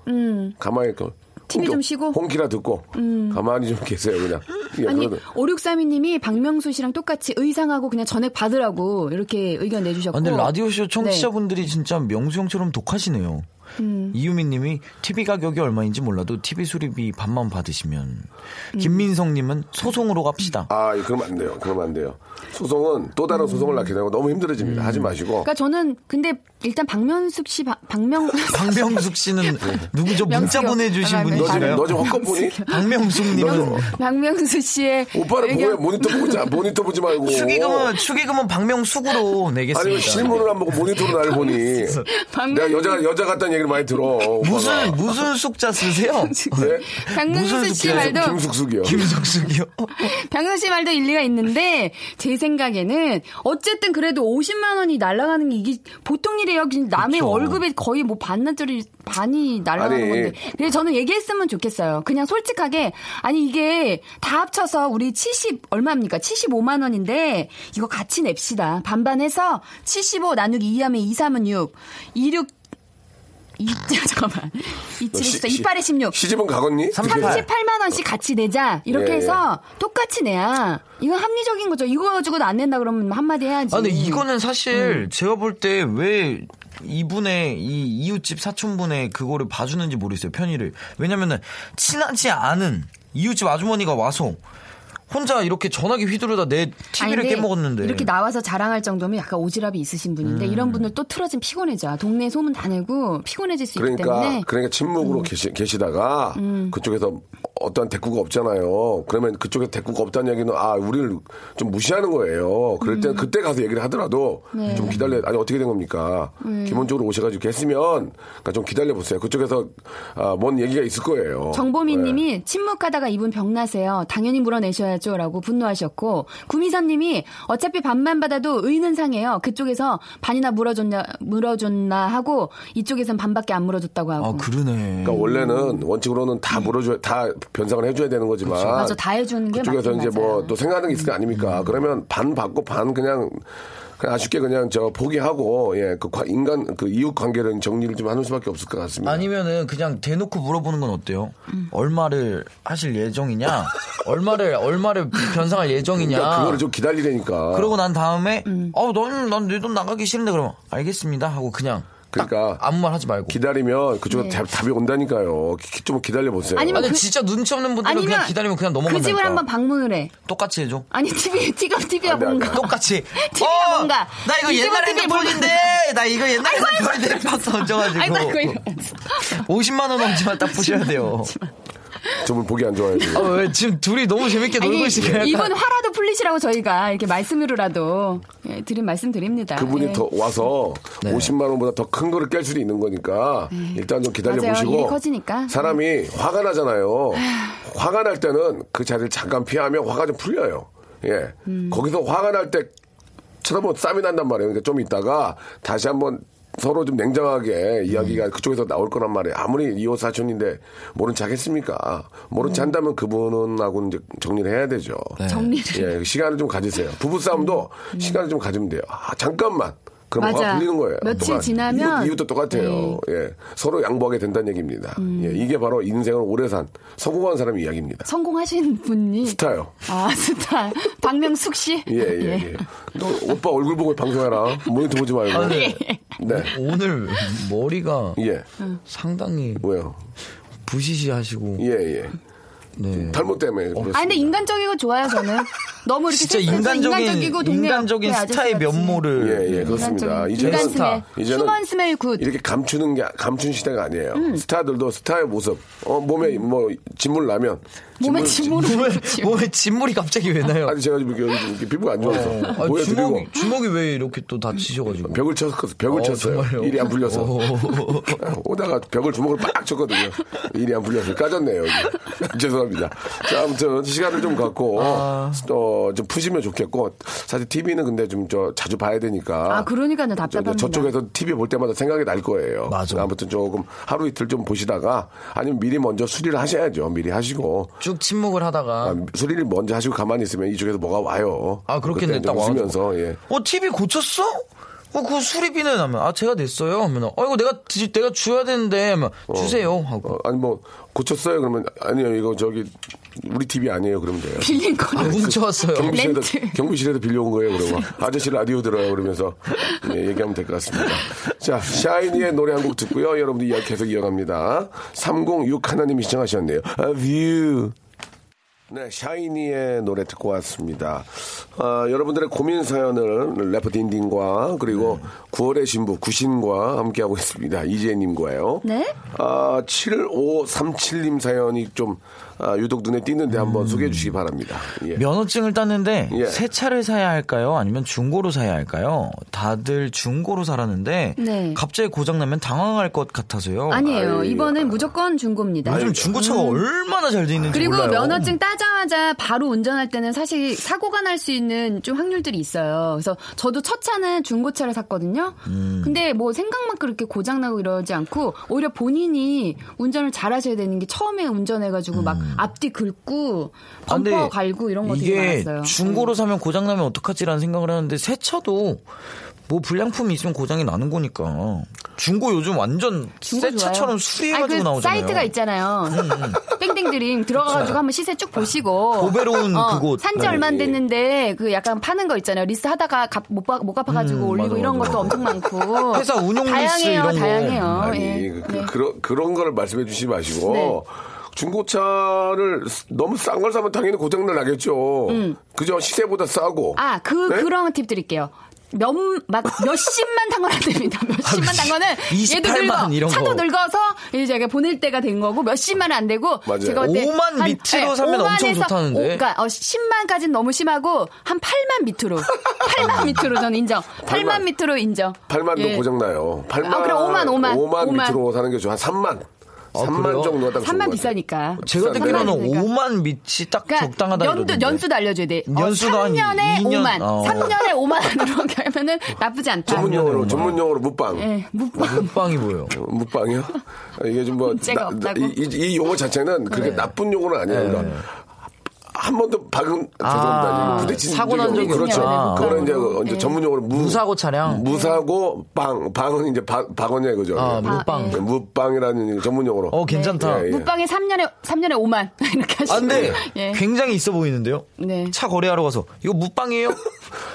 Speaker 1: 가만히 있고.
Speaker 4: TV 좀
Speaker 1: 홍-
Speaker 4: 쉬고.
Speaker 1: 홍키라 듣고
Speaker 5: 음.
Speaker 1: 가만히 좀 계세요 그냥. 예,
Speaker 4: 아니
Speaker 1: 그거는.
Speaker 4: 5632님이 박명수 씨랑 똑같이 의상하고 그냥 전액 받으라고 이렇게 의견
Speaker 5: 아,
Speaker 4: 내주셨고.
Speaker 5: 근데 라디오쇼
Speaker 4: 네.
Speaker 5: 청취자분들이 진짜 명수 형처럼 독하시네요.
Speaker 4: 음.
Speaker 5: 이유민 님이 TV 가격이 얼마인지 몰라도 TV 수리비 반만 받으시면.
Speaker 4: 음.
Speaker 5: 김민성 님은 소송으로 갑시다.
Speaker 1: 아 그럼 안 돼요. 그럼 안 돼요. 소송은 또
Speaker 5: 음.
Speaker 1: 다른 소송을 낳게 되고 너무 힘들어집니다. 하지 마시고.
Speaker 4: 그러니까 저는 근데 일단 박명숙 씨 바-
Speaker 5: 아,
Speaker 4: 박명수
Speaker 5: 박명숙 씨는 누구죠? 문자
Speaker 4: 네. 명수요.
Speaker 5: 보내주신
Speaker 4: 아,
Speaker 1: 너 지금
Speaker 4: 네.
Speaker 5: 분이신가요?
Speaker 1: 너 지금 헛것 보니?
Speaker 5: 박명숙 님은
Speaker 4: 박명수 씨의
Speaker 1: 오빠를 보고 모니터 보지 모니터 보지 말고.
Speaker 5: 축의금은, 축의금은 박명숙으로 내겠습니다.
Speaker 1: 아니 왜 실물을 안 보고 모니터로 날 보니 내가 여자 여자 같다는 얘기를 많이 들어 오빠가.
Speaker 5: 무슨, 무슨 숙자 쓰세요?
Speaker 1: 네?
Speaker 5: 무슨
Speaker 4: 박명수 씨
Speaker 5: 느낌이에요?
Speaker 4: 말도
Speaker 1: 김숙숙이요
Speaker 5: 김숙숙이요?
Speaker 4: 박명수 씨 말도 일리가 있는데 제 생각에는 어쨌든 그래도 50만 원이 날아가는 게 이게 보통 일이에요. 그냥 남의
Speaker 5: 그쵸.
Speaker 4: 월급의 거의 뭐 반나절이 반이 날아가는
Speaker 1: 아니.
Speaker 4: 건데. 그래서 저는 얘기했으면 좋겠어요. 그냥 솔직하게 아니 이게 다 합쳐서 우리 70 얼마입니까? 75만 원인데 이거 같이 냅시다. 반반해서 75 나누기 2 하면 2, 3은 6. 26 2 잠깐만. 2, 7, 14, 28에 16.
Speaker 1: 어, 시집은 가겠니? 네.
Speaker 4: 38만 원씩 같이 내자 이렇게
Speaker 1: 예,
Speaker 4: 해서 똑같이 내야 이건 합리적인 거죠. 이거 가지고도 안 낸다 그러면 한마디 해야지.
Speaker 5: 아, 근데 이거는
Speaker 4: 음.
Speaker 5: 사실 제가 볼 때 왜 이분의 이 이웃집 사촌분의 그거를 봐주는지 모르겠어요 편의를 왜냐면은 친하지 않은 이웃집 아주머니가 와서 혼자 이렇게 전화기 휘두르다 내
Speaker 4: 아니,
Speaker 5: TV를
Speaker 4: 근데
Speaker 5: 깨먹었는데
Speaker 4: 이렇게 나와서 자랑할 정도면 약간 오지랖이 있으신 분인데 이런 분들 또 틀어진 피곤해져. 동네 소문 다 내고 피곤해질 수 있기
Speaker 1: 그러니까
Speaker 4: 때문에 음.
Speaker 1: 그러니까 침묵으로 계시, 계시다가 그쪽에서 어떠한 대꾸가 없잖아요. 그러면 그쪽에 대꾸가 없다는 얘기는 아 우리를 좀 무시하는 거예요. 그럴
Speaker 4: 음.
Speaker 1: 때 그때 가서 얘기를 하더라도
Speaker 4: 네.
Speaker 1: 좀 기다려. 아니 어떻게 된 겁니까?
Speaker 4: 음.
Speaker 1: 기본적으로 오셔가지고 이렇게 했으면 그러니까 좀 기다려 보세요. 그쪽에서 아, 뭔 얘기가 있을 거예요.
Speaker 4: 정보미님이 침묵하다가 이분 병나세요. 당연히 물어내셔야죠라고 분노하셨고 구미선님이 어차피 반만 받아도 의는 상해요. 그쪽에서 반이나 물어줬냐 물어줬나 하고 이쪽에선 반밖에 안 물어줬다고 하고
Speaker 5: 아 그러네.
Speaker 4: 음.
Speaker 1: 그러니까 원래는 원칙으로는 다 물어줘 다 변상을 해줘야 되는 거지만
Speaker 4: 그렇죠. 맞아, 다 해주는 게
Speaker 1: 그쪽에서
Speaker 4: 맞긴
Speaker 1: 이제 뭐
Speaker 4: 맞아요. 음.
Speaker 1: 또 생각하는 게 있을 거 아닙니까? 그러면 반 받고 반 그냥 그냥 아쉽게 그냥 저 포기하고 예그 인간 그 이웃 관계는 정리를 좀 하는 수밖에 없을 것 같습니다.
Speaker 5: 아니면은 그냥 대놓고 물어보는 건 어때요?
Speaker 4: 음.
Speaker 5: 얼마를 하실 예정이냐? 얼마를 얼마를 변상할 예정이냐?
Speaker 1: 그러니까 그거를 좀 기다리라니까.
Speaker 5: 그러고 난 다음에 어, 넌, 난내 돈 나가기 싫은데 그러면 알겠습니다 하고 그냥 딱
Speaker 1: 그러니까
Speaker 5: 아무 말 하지 말고.
Speaker 1: 기다리면 그쪽에 서 답이 온다니까요. 기- 좀 기다려 보세요.
Speaker 4: 네. 아니면
Speaker 5: 아니
Speaker 4: 그-
Speaker 5: 진짜 눈치 없는 분들은 그냥 기다리면 그냥 넘어간다.
Speaker 4: 그 집을 한번 방문을 해.
Speaker 5: 똑같이 해줘.
Speaker 4: 아니 TV 티가 TV야
Speaker 1: 돼, 안
Speaker 4: 뭔가.
Speaker 1: 돼.
Speaker 5: 똑같이. 어!
Speaker 4: TV가 뭔가.
Speaker 5: 나 이거
Speaker 4: 뒤집어
Speaker 5: 옛날
Speaker 4: 뜯기
Speaker 5: 핸드폰인데 나 이거 옛날 핸드폰인데 박스 얹어가지고
Speaker 4: 아이고 아이고 이거.
Speaker 5: 50만 원 넘지만 딱 푸셔야 돼요.
Speaker 1: 저분 보기 안 좋아요.
Speaker 4: 어,
Speaker 1: 지금.
Speaker 5: 아, 왜 지금 둘이 너무 재밌게 놀고 있으니까
Speaker 4: 아니, 이분 화라도 풀리시라고 저희가 이렇게 말씀으로라도 예, 드린 말씀 드립니다.
Speaker 1: 그분이
Speaker 4: 예.
Speaker 1: 더 와서
Speaker 4: 네.
Speaker 1: 50만 원보다 더 큰 거를 깰 수도 있는 거니까 일단 좀 기다려
Speaker 4: 맞아요.
Speaker 1: 보시고
Speaker 4: 일이 커지니까.
Speaker 1: 사람이 화가 나잖아요. 화가 날 때는 그 자리를 잠깐 피하면 화가 좀 풀려요. 예.
Speaker 4: 음.
Speaker 1: 거기서 화가 날 때 쳐다보면 쌈이 난단 말이에요. 그러니까 좀 있다가 다시 한번 서로 좀 냉정하게
Speaker 4: 음.
Speaker 1: 이야기가 그쪽에서 나올 거란 말이에요. 아무리 이호 사촌인데 모른 척했습니까? 모른 척 한다면 그분하고는 이제 정리를 해야 되죠.
Speaker 4: 음. 네. 정리를. 음.
Speaker 1: 예, 시간을 좀 가지세요. 부부 싸움도 시간을 좀 가지면 돼요. 아, 잠깐만. 그럼
Speaker 4: 맞아.
Speaker 1: 화가 풀리는 거예요.
Speaker 4: 며칠 지나면-
Speaker 1: 이웃, 도 똑같아요.
Speaker 4: 네. 음.
Speaker 1: 예, 서로 양보하게 된다는 얘기입니다. 예, 이게 바로 인생을 오래 산 성공한 사람 의 이야기입니다.
Speaker 4: 성공하신 분이
Speaker 1: 스타요.
Speaker 4: 아 스타 박명숙 씨.
Speaker 1: 예, 예, 예. 너 오빠 얼굴 보고 방송해라. 모니터 보지 말고.
Speaker 5: 네.
Speaker 1: 네.
Speaker 5: 오늘 머리가
Speaker 1: 예.
Speaker 4: 음.
Speaker 5: 상당히
Speaker 1: 왜요?
Speaker 5: 부시시하시고
Speaker 1: 예, 예.
Speaker 5: 네.
Speaker 1: 탈모 때문에. 그렇습니다.
Speaker 4: 아 근데 인간적이고 좋아요 저는 너무 이렇게
Speaker 5: 진짜
Speaker 4: 섹스해서
Speaker 5: 인간적인
Speaker 4: 인간적이고 동네
Speaker 5: 인간적인
Speaker 4: 옆에
Speaker 5: 스타의
Speaker 4: 아저씨같이.
Speaker 5: 면모를
Speaker 1: 예, 예, 그렇습니다.
Speaker 4: 인간적인 인간 스멜.
Speaker 1: 이제는
Speaker 4: 휴먼 스멜 굿. 음.
Speaker 1: 이렇게 감추는 게 감춘 시대가 아니에요. 스타들도 스타의 모습, 어, 몸에 뭐 진물 나면
Speaker 4: 몸에
Speaker 1: 진물-
Speaker 4: 짐으로
Speaker 5: 몸에
Speaker 4: 그렇죠.
Speaker 5: 몸에 진물이 갑자기 왜 나요?
Speaker 1: 예. 아니 제가 지금 이렇게, 이렇게 피부가 안 좋아서
Speaker 5: 아,
Speaker 1: 보여드리고
Speaker 5: 주먹이 주먹이 왜 이렇게 또 다치셔가지고?
Speaker 1: 벽을 쳤어, 벽을
Speaker 5: 어,
Speaker 1: 쳤어요.
Speaker 5: 정말요? 어.
Speaker 1: 일이 안 풀려서
Speaker 5: 오.
Speaker 1: 오다가 벽을 주먹으로 빡 쳤거든요. 일이 안 풀려서 까졌네요. 이게. 죄송합니다. 자, 아무튼 시간을 좀 갖고
Speaker 5: 아.
Speaker 1: 어, 좀 푸시면 좋겠고 사실 TV는 근데 좀 저 자주 봐야 되니까.
Speaker 4: 아 그러니까요 답답합니다.
Speaker 1: 저, 쪽에서 TV 볼 때마다 생각이 날 거예요.
Speaker 5: 맞아.
Speaker 1: 아무튼 조금 하루 이틀 좀 보시다가 아니면 미리 먼저 수리를 하셔야죠. 미리 하시고
Speaker 5: 쭉 침묵을 하다가
Speaker 1: 아, 수리를 먼저 하시고 가만히 있으면 이쪽에서 뭐가 와요.
Speaker 5: 아
Speaker 1: 그때
Speaker 5: 그렇겠네
Speaker 1: 이제
Speaker 5: 딱
Speaker 1: 웃으면서
Speaker 5: 와가지고.
Speaker 1: 예.
Speaker 5: 어 TV 고쳤어? 어그 수리비는 하면 아 제가 냈어요 하면 어 이거 내가 지- 내가 줘야 되는데 하면 주세요 하고
Speaker 1: 어, 아니 뭐 고쳤어요 그러면 아니요 이거 저기 우리 TV 아니에요 그러면 돼요.
Speaker 4: 빌린 거.
Speaker 5: 아 훔쳐왔어요.
Speaker 1: 그 경비실에도
Speaker 4: 렌트.
Speaker 1: 경비실에도 빌려온 거예요 그러고 아저씨 라디오 들어요 그러면서 예, 얘기하면 될 것 같습니다. 자 샤이니의 노래 한 곡 듣고요 여러분들 이야기 계속 이어갑니다. 306 하나님이 시청하셨네요. 아, 뷰. 네, 샤이니의 노래 듣고 왔습니다. 아, 여러분들의 고민 사연을 래퍼 딘딘과 그리고
Speaker 4: 네.
Speaker 1: 9월의 신부 구신과 함께하고 있습니다. 이재님과요.
Speaker 4: 네.
Speaker 1: 아, 7537님 사연이 좀 아, 유독 눈에 띄는데
Speaker 4: 음.
Speaker 1: 한번 소개해 주시기 바랍니다. 예.
Speaker 5: 면허증을 땄는데
Speaker 1: 예.
Speaker 5: 새 차를 사야 할까요? 아니면 중고로 사야 할까요? 다들 중고로 사라는데
Speaker 4: 네.
Speaker 5: 갑자기 고장 나면 당황할 것 같아서요. 아,
Speaker 4: 아니에요
Speaker 1: 아이, 예,
Speaker 4: 이번엔 무조건 중고입니다.
Speaker 5: 요즘 중고차가 얼마나 잘 돼 있는지
Speaker 4: 그리고
Speaker 5: 몰라요.
Speaker 4: 면허증 따자마자 바로 운전할 때는 사실 사고가 날 수 있는 좀 확률들이 있어요. 그래서 저도 첫 차는 중고차를 샀거든요.
Speaker 5: 음.
Speaker 4: 근데 뭐 생각만 그렇게 고장나고 이러지 않고 오히려 본인이 운전을 잘하셔야 되는 게 처음에 운전해가지고 막 앞뒤 긁고
Speaker 5: 아, 근데
Speaker 4: 범퍼 갈고 이런 거 되게
Speaker 5: 이게
Speaker 4: 많았어요. 네.
Speaker 5: 중고로 사면 고장 나면 어떡하지라는 생각을 하는데 새 차도 뭐 불량품이 있으면 고장이 나는 거니까 중고 요즘 완전
Speaker 4: 중고
Speaker 5: 새
Speaker 4: 좋아요.
Speaker 5: 차처럼 수리해가지고
Speaker 4: 아니, 그
Speaker 5: 나오잖아요. 음,
Speaker 4: 사이트가 있잖아요. 땡땡드림 들어가가지고 한번 시세 쭉 보시고.
Speaker 5: 고배로운
Speaker 4: 어,
Speaker 5: 그곳. 네.
Speaker 4: 산지 얼마 안 됐는데 그 약간 파는 거 있잖아요. 리스 하다가 갚- 못, 갚- 못 갚아가지고 올리고
Speaker 5: 음, 맞아,
Speaker 4: 이런
Speaker 5: 맞아.
Speaker 4: 것도 엄청 많고.
Speaker 5: 회사 운용 리스
Speaker 4: 다양해요,
Speaker 5: 이런 거. 음,
Speaker 4: 다양해요.
Speaker 1: 아니
Speaker 4: 예.
Speaker 1: 그,
Speaker 4: 네.
Speaker 1: 런 그런 거를 말씀해 주시지 마시고
Speaker 4: 네.
Speaker 1: 중고차를 너무 싼 걸 사면 당연히 고장날 나겠죠. 그죠 시세보다 싸고.
Speaker 4: 음. 아, 그,
Speaker 1: 네?
Speaker 4: 그런 팁 드릴게요. 몇, 막, 몇십만 탄 건 안 됩니다. 몇십만 탄 거는 얘도
Speaker 5: 28만
Speaker 4: 늙어.
Speaker 5: 아, 이런 거.
Speaker 4: 차도 늙어서 이제 제가 보낼 때가 된 거고 몇십만은 안 되고
Speaker 1: 맞아요.
Speaker 4: 제가 그때
Speaker 5: 오만 밑으로 사면 엄청
Speaker 4: 5만에서
Speaker 5: 좋다는데.
Speaker 4: 오- 그러니까 어, 10만까지는 너무 심하고 한 8만 밑으로. 8만 밑으로 저는 인정. 8만 밑으로 인정.
Speaker 1: 8만도
Speaker 4: 예.
Speaker 1: 고장나요. 8만.
Speaker 4: 아, 그래, 오만, 오만.
Speaker 1: 5만
Speaker 4: 오만.
Speaker 1: 밑으로 사는 게 좋아. 한 3만. 삼
Speaker 5: 그래요?
Speaker 1: 3만 정도가 딱 좋은
Speaker 4: 3만
Speaker 1: 것 같아요.
Speaker 4: 비싸니까.
Speaker 5: 제가 듣기로는
Speaker 4: 삼만 비싸니까.
Speaker 5: 5만 밑이 딱
Speaker 4: 그러니까
Speaker 5: 적당하다
Speaker 4: 연도,
Speaker 5: 이러던데.
Speaker 4: 연수도 알려줘야 돼. 어,
Speaker 5: 연수도 한
Speaker 4: 3년에
Speaker 5: 이 년,
Speaker 4: 5만.
Speaker 5: 어.
Speaker 4: 3년에 5만으로 하면은 나쁘지 않다.
Speaker 1: 전문 용어로, 전문 용어로 무빵.
Speaker 4: 예, 묵방.
Speaker 5: 빵이 뭐예요?
Speaker 1: 어, 무빵이요? 아, 이게 좀 뭐.
Speaker 4: 문제가
Speaker 1: 나- 나-
Speaker 4: 없다고? 네.
Speaker 1: 이, 이- 이 용어 자체는 그렇게 나쁜 용어는
Speaker 5: 네.
Speaker 1: 아니에요. 그러니까 한 번도 박은, 죄송합니다. 부딪힌
Speaker 5: 아. 사고 난 적이
Speaker 1: 그렇죠.
Speaker 5: 없구나.
Speaker 1: 그거는 이제,
Speaker 4: 네.
Speaker 1: 이제 전문 용어로 무.
Speaker 5: 무사고 차량.
Speaker 1: 무사고 빵. 방은 이제 바, 박원이야, 그죠? 네,
Speaker 5: 아,
Speaker 4: 아,
Speaker 5: 무빵.
Speaker 4: 예.
Speaker 1: 무빵이라는 전문 용어로.
Speaker 5: 어, 괜찮다.
Speaker 1: 예, 네. 예.
Speaker 4: 묵방에 3년에 3년에 5만 이렇게 하시면
Speaker 5: 아, 근데
Speaker 4: 예.
Speaker 5: 굉장히 있어 보이는데요?
Speaker 4: 네.
Speaker 5: 차 거래하러 가서 이거 무빵이에요?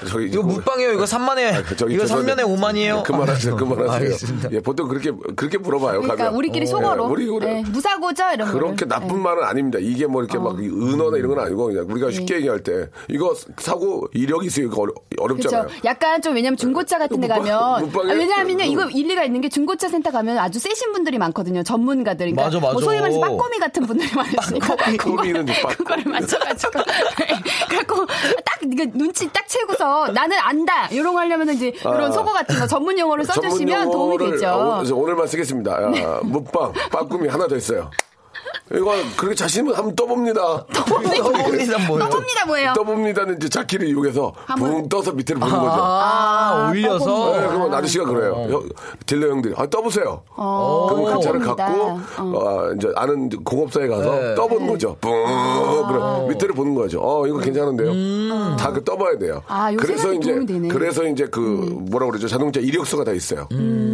Speaker 1: 저기 이제
Speaker 5: 이거
Speaker 1: 그-
Speaker 5: 무빵이에요? 이거 3만에
Speaker 1: 아, 그 저기
Speaker 5: 이거
Speaker 1: 죄송한데
Speaker 5: 3면에 5만이에요? 아,
Speaker 1: 그만하세요, 뭐- 그만하세요.
Speaker 5: 알겠습니다.
Speaker 1: 예, 보통 그렇게 그렇게 물어봐요.
Speaker 4: 그러니까
Speaker 1: 가면.
Speaker 4: 우리끼리 속어로
Speaker 1: 예, 우리 우리
Speaker 4: 예, 무사고죠 이런 예. 거를.
Speaker 1: 그렇게 나쁜 말은 아닙니다. 이게 뭐 이렇게 막 은어나 이런 건 아니고 그냥 우리가
Speaker 4: 예.
Speaker 1: 쉽게 얘기할 때 이거 사고 이력이 있으니까 어려,
Speaker 4: 그렇죠.
Speaker 1: 어렵잖아요.
Speaker 4: 약간 좀 왜냐면 중고차 같은 데
Speaker 1: 묵방-
Speaker 4: 가면
Speaker 1: 묵방에-
Speaker 4: 아, 왜냐하면요
Speaker 1: 음.
Speaker 4: 이거 일리가 있는 게 중고차 센터 가면 아주 세신 분들이 많거든요. 전문가들. 그러니까
Speaker 5: 맞아, 맞아.
Speaker 4: 뭐 소위 말해서 빠꼬미 같은 분들이 많으시니까
Speaker 1: 꼬미는 좀 빠꼬미.
Speaker 4: 그거를 맞춰가지고 예. 그래갖고 딱 이게 눈치 딱 채고서 나는 안다 이런 거 하려면 이제 이런
Speaker 1: 아.
Speaker 4: 속어 같은 거 전문 용어를 써주시면 도움이
Speaker 1: 용어를
Speaker 4: 되죠. 네.
Speaker 1: 어, 그래서 오늘만 쓰겠습니다. 아, 무빵, 빠꿈이 하나 더 있어요. 이거 그렇게 자신은 한번 떠봅니다.
Speaker 5: 떠봅니다, 뭐예요?
Speaker 4: 떠봅니다 뭐예요?
Speaker 1: 떠봅니다는 이제 자키를 이용해서
Speaker 4: 한번-
Speaker 1: 붕 떠서 밑으로 보는 거죠.
Speaker 5: 아, 올려서.
Speaker 1: 네, 그럼 나르 씨가 그래요.
Speaker 4: 어.
Speaker 1: 형, 딜러 형들이 아, 떠보세요. 그럼 그 차를
Speaker 4: 떠봅니다.
Speaker 1: 갖고
Speaker 4: 어.
Speaker 1: 어, 이제 아는 공업사에 가서
Speaker 5: 네.
Speaker 1: 떠보는 거죠. 뿡 그럼 밑에를 보는 거죠. 어 이거 괜찮은데요. 다 그 떠봐야 돼요.
Speaker 4: 음. 아, 요
Speaker 1: 그래서
Speaker 4: 생각이
Speaker 1: 이제
Speaker 4: 도움이 되네.
Speaker 1: 그래서 이제 그 뭐라 그러죠 자동차 이력서가 다 있어요.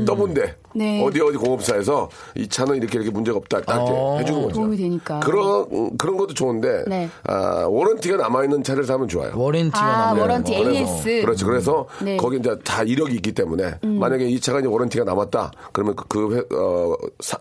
Speaker 1: 떠본데
Speaker 4: 네.
Speaker 1: 어디 어디 공업사에서 이 차는 이렇게 이렇게 문제가 없다 딱 이렇게 해주는 거죠.
Speaker 4: 어. 도움이 되니까.
Speaker 1: 그런 음, 그런 것도 좋은데
Speaker 4: 네.
Speaker 1: 아, 워런티가 남아 있는 차를 사면 좋아요.
Speaker 5: 워렌티가
Speaker 4: 아,
Speaker 5: 남는
Speaker 4: 워런티
Speaker 5: 거.
Speaker 4: AS.
Speaker 1: 그렇죠. 그래서
Speaker 4: 네. 음.
Speaker 1: 거기 이제 다 이력이 있기 때문에 만약에 이 차가 이제 워런티가 남았다. 그러면 그, 그 회- 어, 사,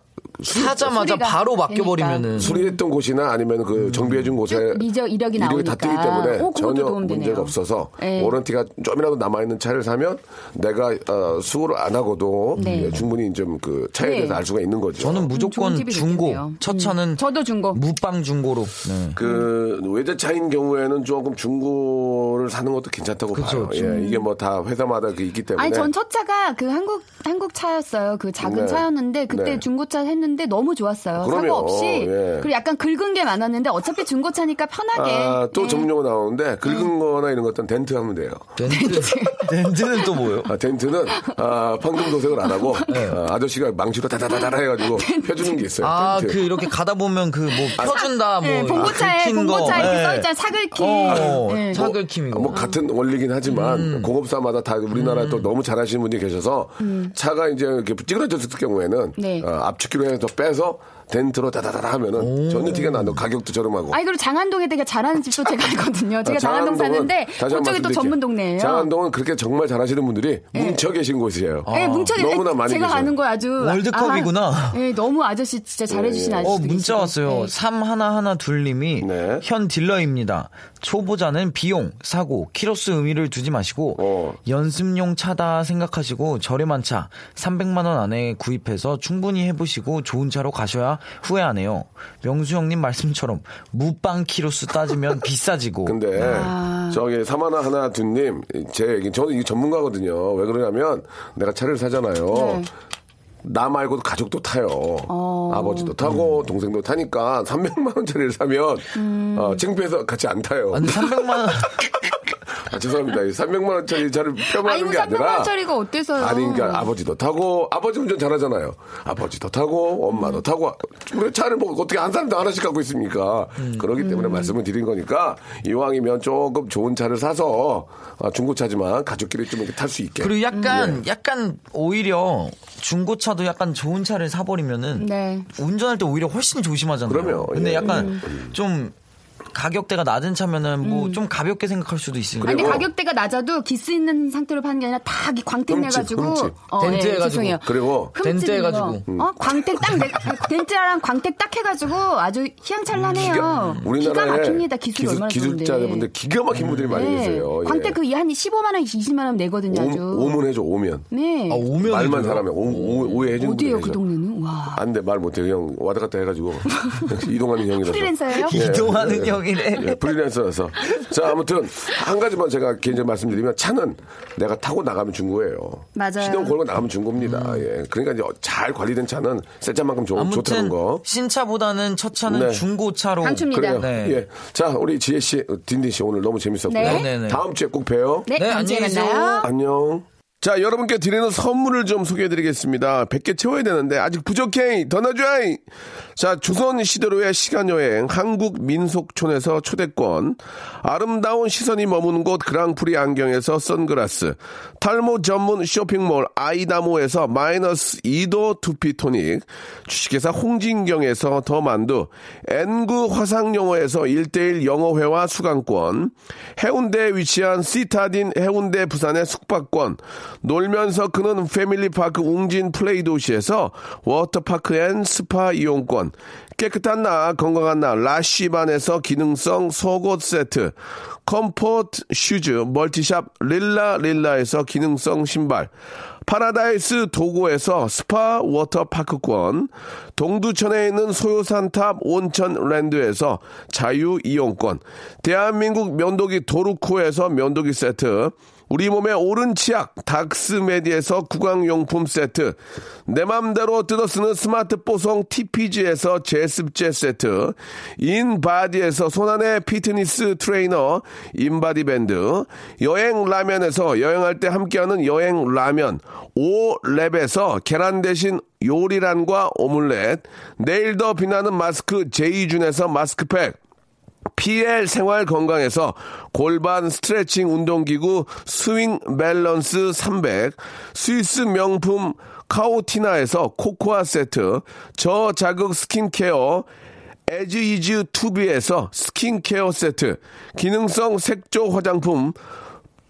Speaker 4: 수리가
Speaker 5: 사자마자
Speaker 4: 음.
Speaker 5: 바로 맡겨버리면은
Speaker 1: 수리했던 곳이나 아니면 그 정비해준 곳에
Speaker 4: 미적 이력이
Speaker 1: 다
Speaker 4: 나오니까.
Speaker 1: 뜨기 때문에
Speaker 4: 오, 그것도
Speaker 1: 전혀
Speaker 4: 도움 되네요.
Speaker 1: 문제가 없어서
Speaker 4: 네.
Speaker 1: 워런티가 좀이라도 남아있는 차를 사면 내가 어, 수고를 안 하고도
Speaker 4: 네.
Speaker 1: 예, 충분히 좀 그 차에
Speaker 4: 네.
Speaker 1: 대해서 알 수가 있는 거죠.
Speaker 5: 저는
Speaker 4: 좋은
Speaker 5: 무조건
Speaker 4: 팁이
Speaker 5: 중고.
Speaker 4: 됐겠네요.
Speaker 5: 첫
Speaker 4: 음.
Speaker 5: 차는
Speaker 4: 저도 중고.
Speaker 5: 무빵 중고로. 네.
Speaker 1: 그 외제차인 경우에는 조금 중고를 사는 것도 괜찮다고 봐요. 예, 이게 뭐 다 회사마다 그 있기 때문에
Speaker 4: 아니 전 첫 차가 그 한국 한국 차였어요. 그 작은
Speaker 1: 네.
Speaker 4: 차였는데 그때
Speaker 1: 네.
Speaker 4: 중고차 했는데 너무 좋았어요.
Speaker 1: 그럼요.
Speaker 4: 사고 없이
Speaker 1: 예.
Speaker 4: 그리고 약간 긁은 게 많았는데 어차피 중고차니까 편하게
Speaker 1: 아, 또
Speaker 4: 예. 음.
Speaker 1: 전문용어 나오는데 긁은 거나 이런 것들은 덴트 하면 돼요.
Speaker 5: 덴트. 덴트는 또 뭐예요?
Speaker 1: 아, 덴트는 아, 황금 도색을 안 하고
Speaker 4: 네.
Speaker 1: 아, 저씨가 망치로 다다다다 해가지고 펴주는 게 있어요.
Speaker 5: 아,
Speaker 1: 덴트.
Speaker 5: 그 이렇게 가다 보면 그 뭐 펴준다, 뭐.
Speaker 4: 예, 봉고차에
Speaker 5: 긁힌 거.
Speaker 4: 봉고차에
Speaker 5: 네.
Speaker 4: 그 써있잖아 사글킴.
Speaker 5: 어,
Speaker 4: 예.
Speaker 5: 차글킴이고.
Speaker 1: 아, 뭐 같은 원리긴 하지만
Speaker 4: 음.
Speaker 1: 공업사마다 다 우리나라에 또 너무 잘하시는 분이 계셔서 차가 이제 이렇게 찌그러졌을 경우에는
Speaker 4: 음. 네.
Speaker 1: 어, 압축기로 해서 빼서 덴트로 다다다다 하면은 전혀 티가 안 나고 가격도 저렴하고.
Speaker 4: 아니 그리고 장안동에 되게 잘하는 집도 제가 알거든요. 제가
Speaker 1: 아, 장안동은
Speaker 4: 장안동 사는데
Speaker 1: 다시 한번
Speaker 4: 그쪽이 또
Speaker 1: 말씀드릴게요.
Speaker 4: 전문 동네예요.
Speaker 1: 장안동은 그렇게 정말 잘하시는 분들이 뭉쳐 계신 곳이에요.
Speaker 4: 예, 뭉쳐서
Speaker 1: 아, 너무나 많이
Speaker 4: 제가
Speaker 1: 계셔요.
Speaker 4: 아는 거 아주
Speaker 5: 월드컵이구나.
Speaker 4: 아, 예, 너무 아저씨 진짜 잘해주신 아저씨.
Speaker 5: 어, 문자
Speaker 4: 예. 네.
Speaker 5: 왔어요. 3112님이
Speaker 1: 네.
Speaker 5: 현 딜러입니다. 초보자는 비용, 사고, 키로수 의미를 두지 마시고
Speaker 1: 어.
Speaker 5: 연습용 차다 생각하시고 저렴한 차 300만 원 안에 구입해서 충분히 해보시고 좋은 차로 가셔야 후회 안 해요. 명수 형님 말씀처럼 무빵 키로수 따지면 비싸지고
Speaker 1: 근데
Speaker 4: 아.
Speaker 1: 저기 사마나 하나 두님 제 얘기 저는 이 전문가거든요. 왜 그러냐면 내가 차를 사잖아요.
Speaker 4: 네.
Speaker 1: 나 말고도 가족도 타요.
Speaker 4: 어.
Speaker 1: 아버지도 타고
Speaker 4: 음.
Speaker 1: 동생도 타니까 300만 원짜리를 사면 어, 창피해서 같이 안 타요.
Speaker 5: 아, 근데 300만 원
Speaker 1: 아, 죄송합니다. 300만 원짜리 차를
Speaker 4: 아니
Speaker 1: 펴보는
Speaker 4: 뭐
Speaker 1: 게 아니라
Speaker 4: 300만짜리가 어때서요?
Speaker 1: 아니 그러니까 아버지도 타고 아버지 운전 잘하잖아요. 아버지도 타고 엄마도
Speaker 4: 음.
Speaker 1: 타고 우리 차를 뭐 어떻게 한 사람도 하나씩 갖고 있습니까?
Speaker 4: 음.
Speaker 1: 그러기 때문에 말씀을 드린 거니까 이왕이면 조금 좋은 차를 사서 아, 중고차지만 가족끼리 좀 이렇게 탈 수 있게.
Speaker 5: 그리고 약간
Speaker 1: 네.
Speaker 5: 약간 오히려 중고차도 약간 좋은 차를 사버리면은
Speaker 4: 네.
Speaker 1: 예.
Speaker 5: 운전할 때 오히려 훨씬 조심하잖아요.
Speaker 1: 그럼요.
Speaker 5: 근데
Speaker 1: 예,
Speaker 5: 약간 좀 가격대가 낮은 차면은 뭐 좀 가볍게 생각할 수도 있으니까.
Speaker 4: 음. 아니, 근데
Speaker 1: 그리고-
Speaker 4: 가격대가 낮아도 기스 있는 상태로 파는 게 아니라 다 광택
Speaker 1: 흠집,
Speaker 4: 내가지고.
Speaker 1: 흠집. 음.
Speaker 4: 어,
Speaker 6: 덴트
Speaker 4: 예,
Speaker 6: 해가지고.
Speaker 4: 죄송해요.
Speaker 1: 그리고
Speaker 4: 흠집
Speaker 6: 덴트
Speaker 4: 있는 거.
Speaker 6: 해가지고.
Speaker 4: 어, 광택 딱, 내, 덴트랑 광택 딱 해가지고 아주 희양찬란해요. 기가
Speaker 1: 우리나라에
Speaker 4: 막힙니다. 기술이 얼마나 좋은데.
Speaker 1: 기술자분들 기가 막힌 분들이 많이
Speaker 4: 네.
Speaker 1: 계세요. 예.
Speaker 4: 광택 그한 15만 원, 20만 원 내거든요. 아주.
Speaker 1: 오, 오문 해줘 오면
Speaker 4: 네.
Speaker 6: 아, 오면
Speaker 1: 말만 잘하면 오, 오, 해주는 분들
Speaker 4: 어디에요,
Speaker 1: 계셔.
Speaker 4: 그 동네는? 와.
Speaker 1: 안돼 말 못해 형 와다 갔다 해가지고 이동하는 형이라서
Speaker 4: 프리랜서예요?
Speaker 5: 이동하는 형이래.
Speaker 1: 예, 프리랜서라서 자 아무튼 한 가지만 제가 개인적으로 말씀드리면 차는 내가 타고 나가면 준 거예요
Speaker 4: 맞아요. 음.
Speaker 1: 시동 걸고 나가면 준 겁니다 예 그러니까 이제 잘 관리된 차는 새 차만큼 좋, 좋다는
Speaker 5: 아무튼
Speaker 1: 거
Speaker 5: 신차보다는 첫 차는
Speaker 1: 네.
Speaker 5: 중고차로.
Speaker 4: 강추입니다.
Speaker 1: 그래요
Speaker 5: 네.
Speaker 1: 예자 우리 지혜 씨 어, 딘딘 씨 오늘 너무 재밌었고요
Speaker 4: 네.
Speaker 5: 네, 네.
Speaker 1: 다음 주에 꼭 봬요
Speaker 4: 네,
Speaker 5: 네,
Speaker 4: 다음 주에
Speaker 5: 안녕히 계세요.
Speaker 4: 만나요.
Speaker 1: 안녕. 자, 여러분께 드리는 선물을 좀 소개해드리겠습니다. 100개 채워야 되는데, 아직 부족해! 더 넣어줘! 자, 조선시대로의 시간여행, 한국 민속촌에서 초대권, 아름다운 시선이 머무는 곳 그랑프리 안경에서 선글라스, 탈모 전문 쇼핑몰 아이다모에서 마이너스 2도 두피토닉, 주식회사 홍진경에서 더 만두, N구 화상영어에서 1대1 영어회화 수강권, 해운대에 위치한 시타딘 해운대 부산의 숙박권, 놀면서 그는 패밀리파크 웅진 플레이 도시에서 워터파크 앤 스파 이용권, 깨끗한 나 건강한 나 라쉬반에서 기능성 속옷 세트, 컴포트 슈즈 멀티샵 릴라 릴라에서 기능성 신발, 파라다이스 도고에서 스파 워터파크권, 동두천에 있는 소요산탑 온천랜드에서 자유이용권, 대한민국 면도기 도루코에서 면도기 세트, 우리 몸의 오른 치약 닥스메디에서 구강용품 세트, 내 맘대로 뜯어 쓰는 스마트 뽀송 TPG에서 제습제 세트, 인바디에서 손안의 피트니스 트레이너 인바디 밴드, 여행 라면에서 여행할 때 함께하는 여행 라면, 오랩에서 계란 대신 요리란과 오믈렛, 내일 더 빛나는 마스크 제이준에서 마스크팩, PL 생활 건강에서 골반 스트레칭 운동기구 스윙 밸런스 300, 스위스 명품 카오티나에서 코코아 세트, 저자극 스킨케어, 에즈이즈 투비에서 스킨케어 세트, 기능성 색조 화장품,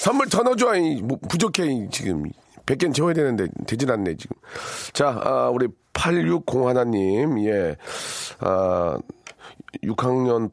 Speaker 1: 선물 더 넣어줘. 이, 뭐, 부족해. 이, 지금 100개는 채워야 되는데 되질 않네 지금. 자 아, 우리 8601님 예. 아, 6학년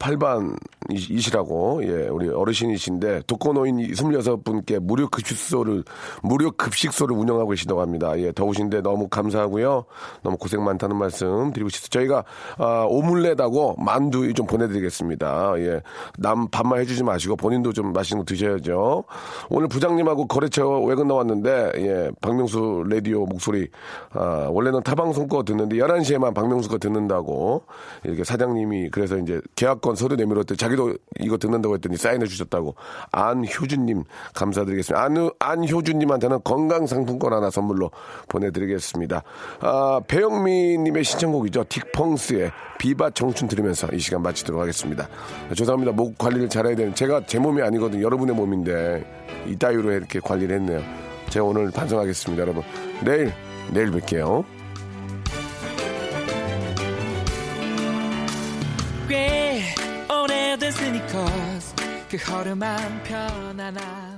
Speaker 1: 8반이시라고 예 우리 어르신이신데 독거노인 26분께 무료 급식소를 무료 급식소를 운영하고 계시다고 합니다 예 더우신데 너무 감사하고요 너무 고생 많다는 말씀 드리고 싶습니다 저희가 아, 오믈렛하고 만두 좀 보내드리겠습니다 예남 반만 해주지 마시고 본인도 좀 맛있는 거 드셔야죠 오늘 부장님하고 거래처 외근 나왔는데 예 박명수 라디오 목소리 아, 원래는 타방송 거 듣는데 11시에만 박명수 거 듣는다고 이렇게 사장님이 그래서 이제 계약권 서류 내밀었더니 자기도 이거 듣는다고 했더니 사인해 주셨다고 안효준님 감사드리겠습니다. 안, 안효준님한테는 건강상품권 하나 선물로 보내드리겠습니다. 아, 배영미님의 신청곡이죠. 딕펑스의 비바 청춘 들으면서 이 시간 마치도록 하겠습니다. 죄송합니다. 목 관리를 잘해야 되는 제가 제 몸이 아니거든요. 여러분의 몸인데 이따위로 이렇게 관리를 했네요. 제가 오늘 반성하겠습니다. 여러분 내일 내일 뵐게요.
Speaker 7: 꽤 오래된 스니커스 그 허름한 편안함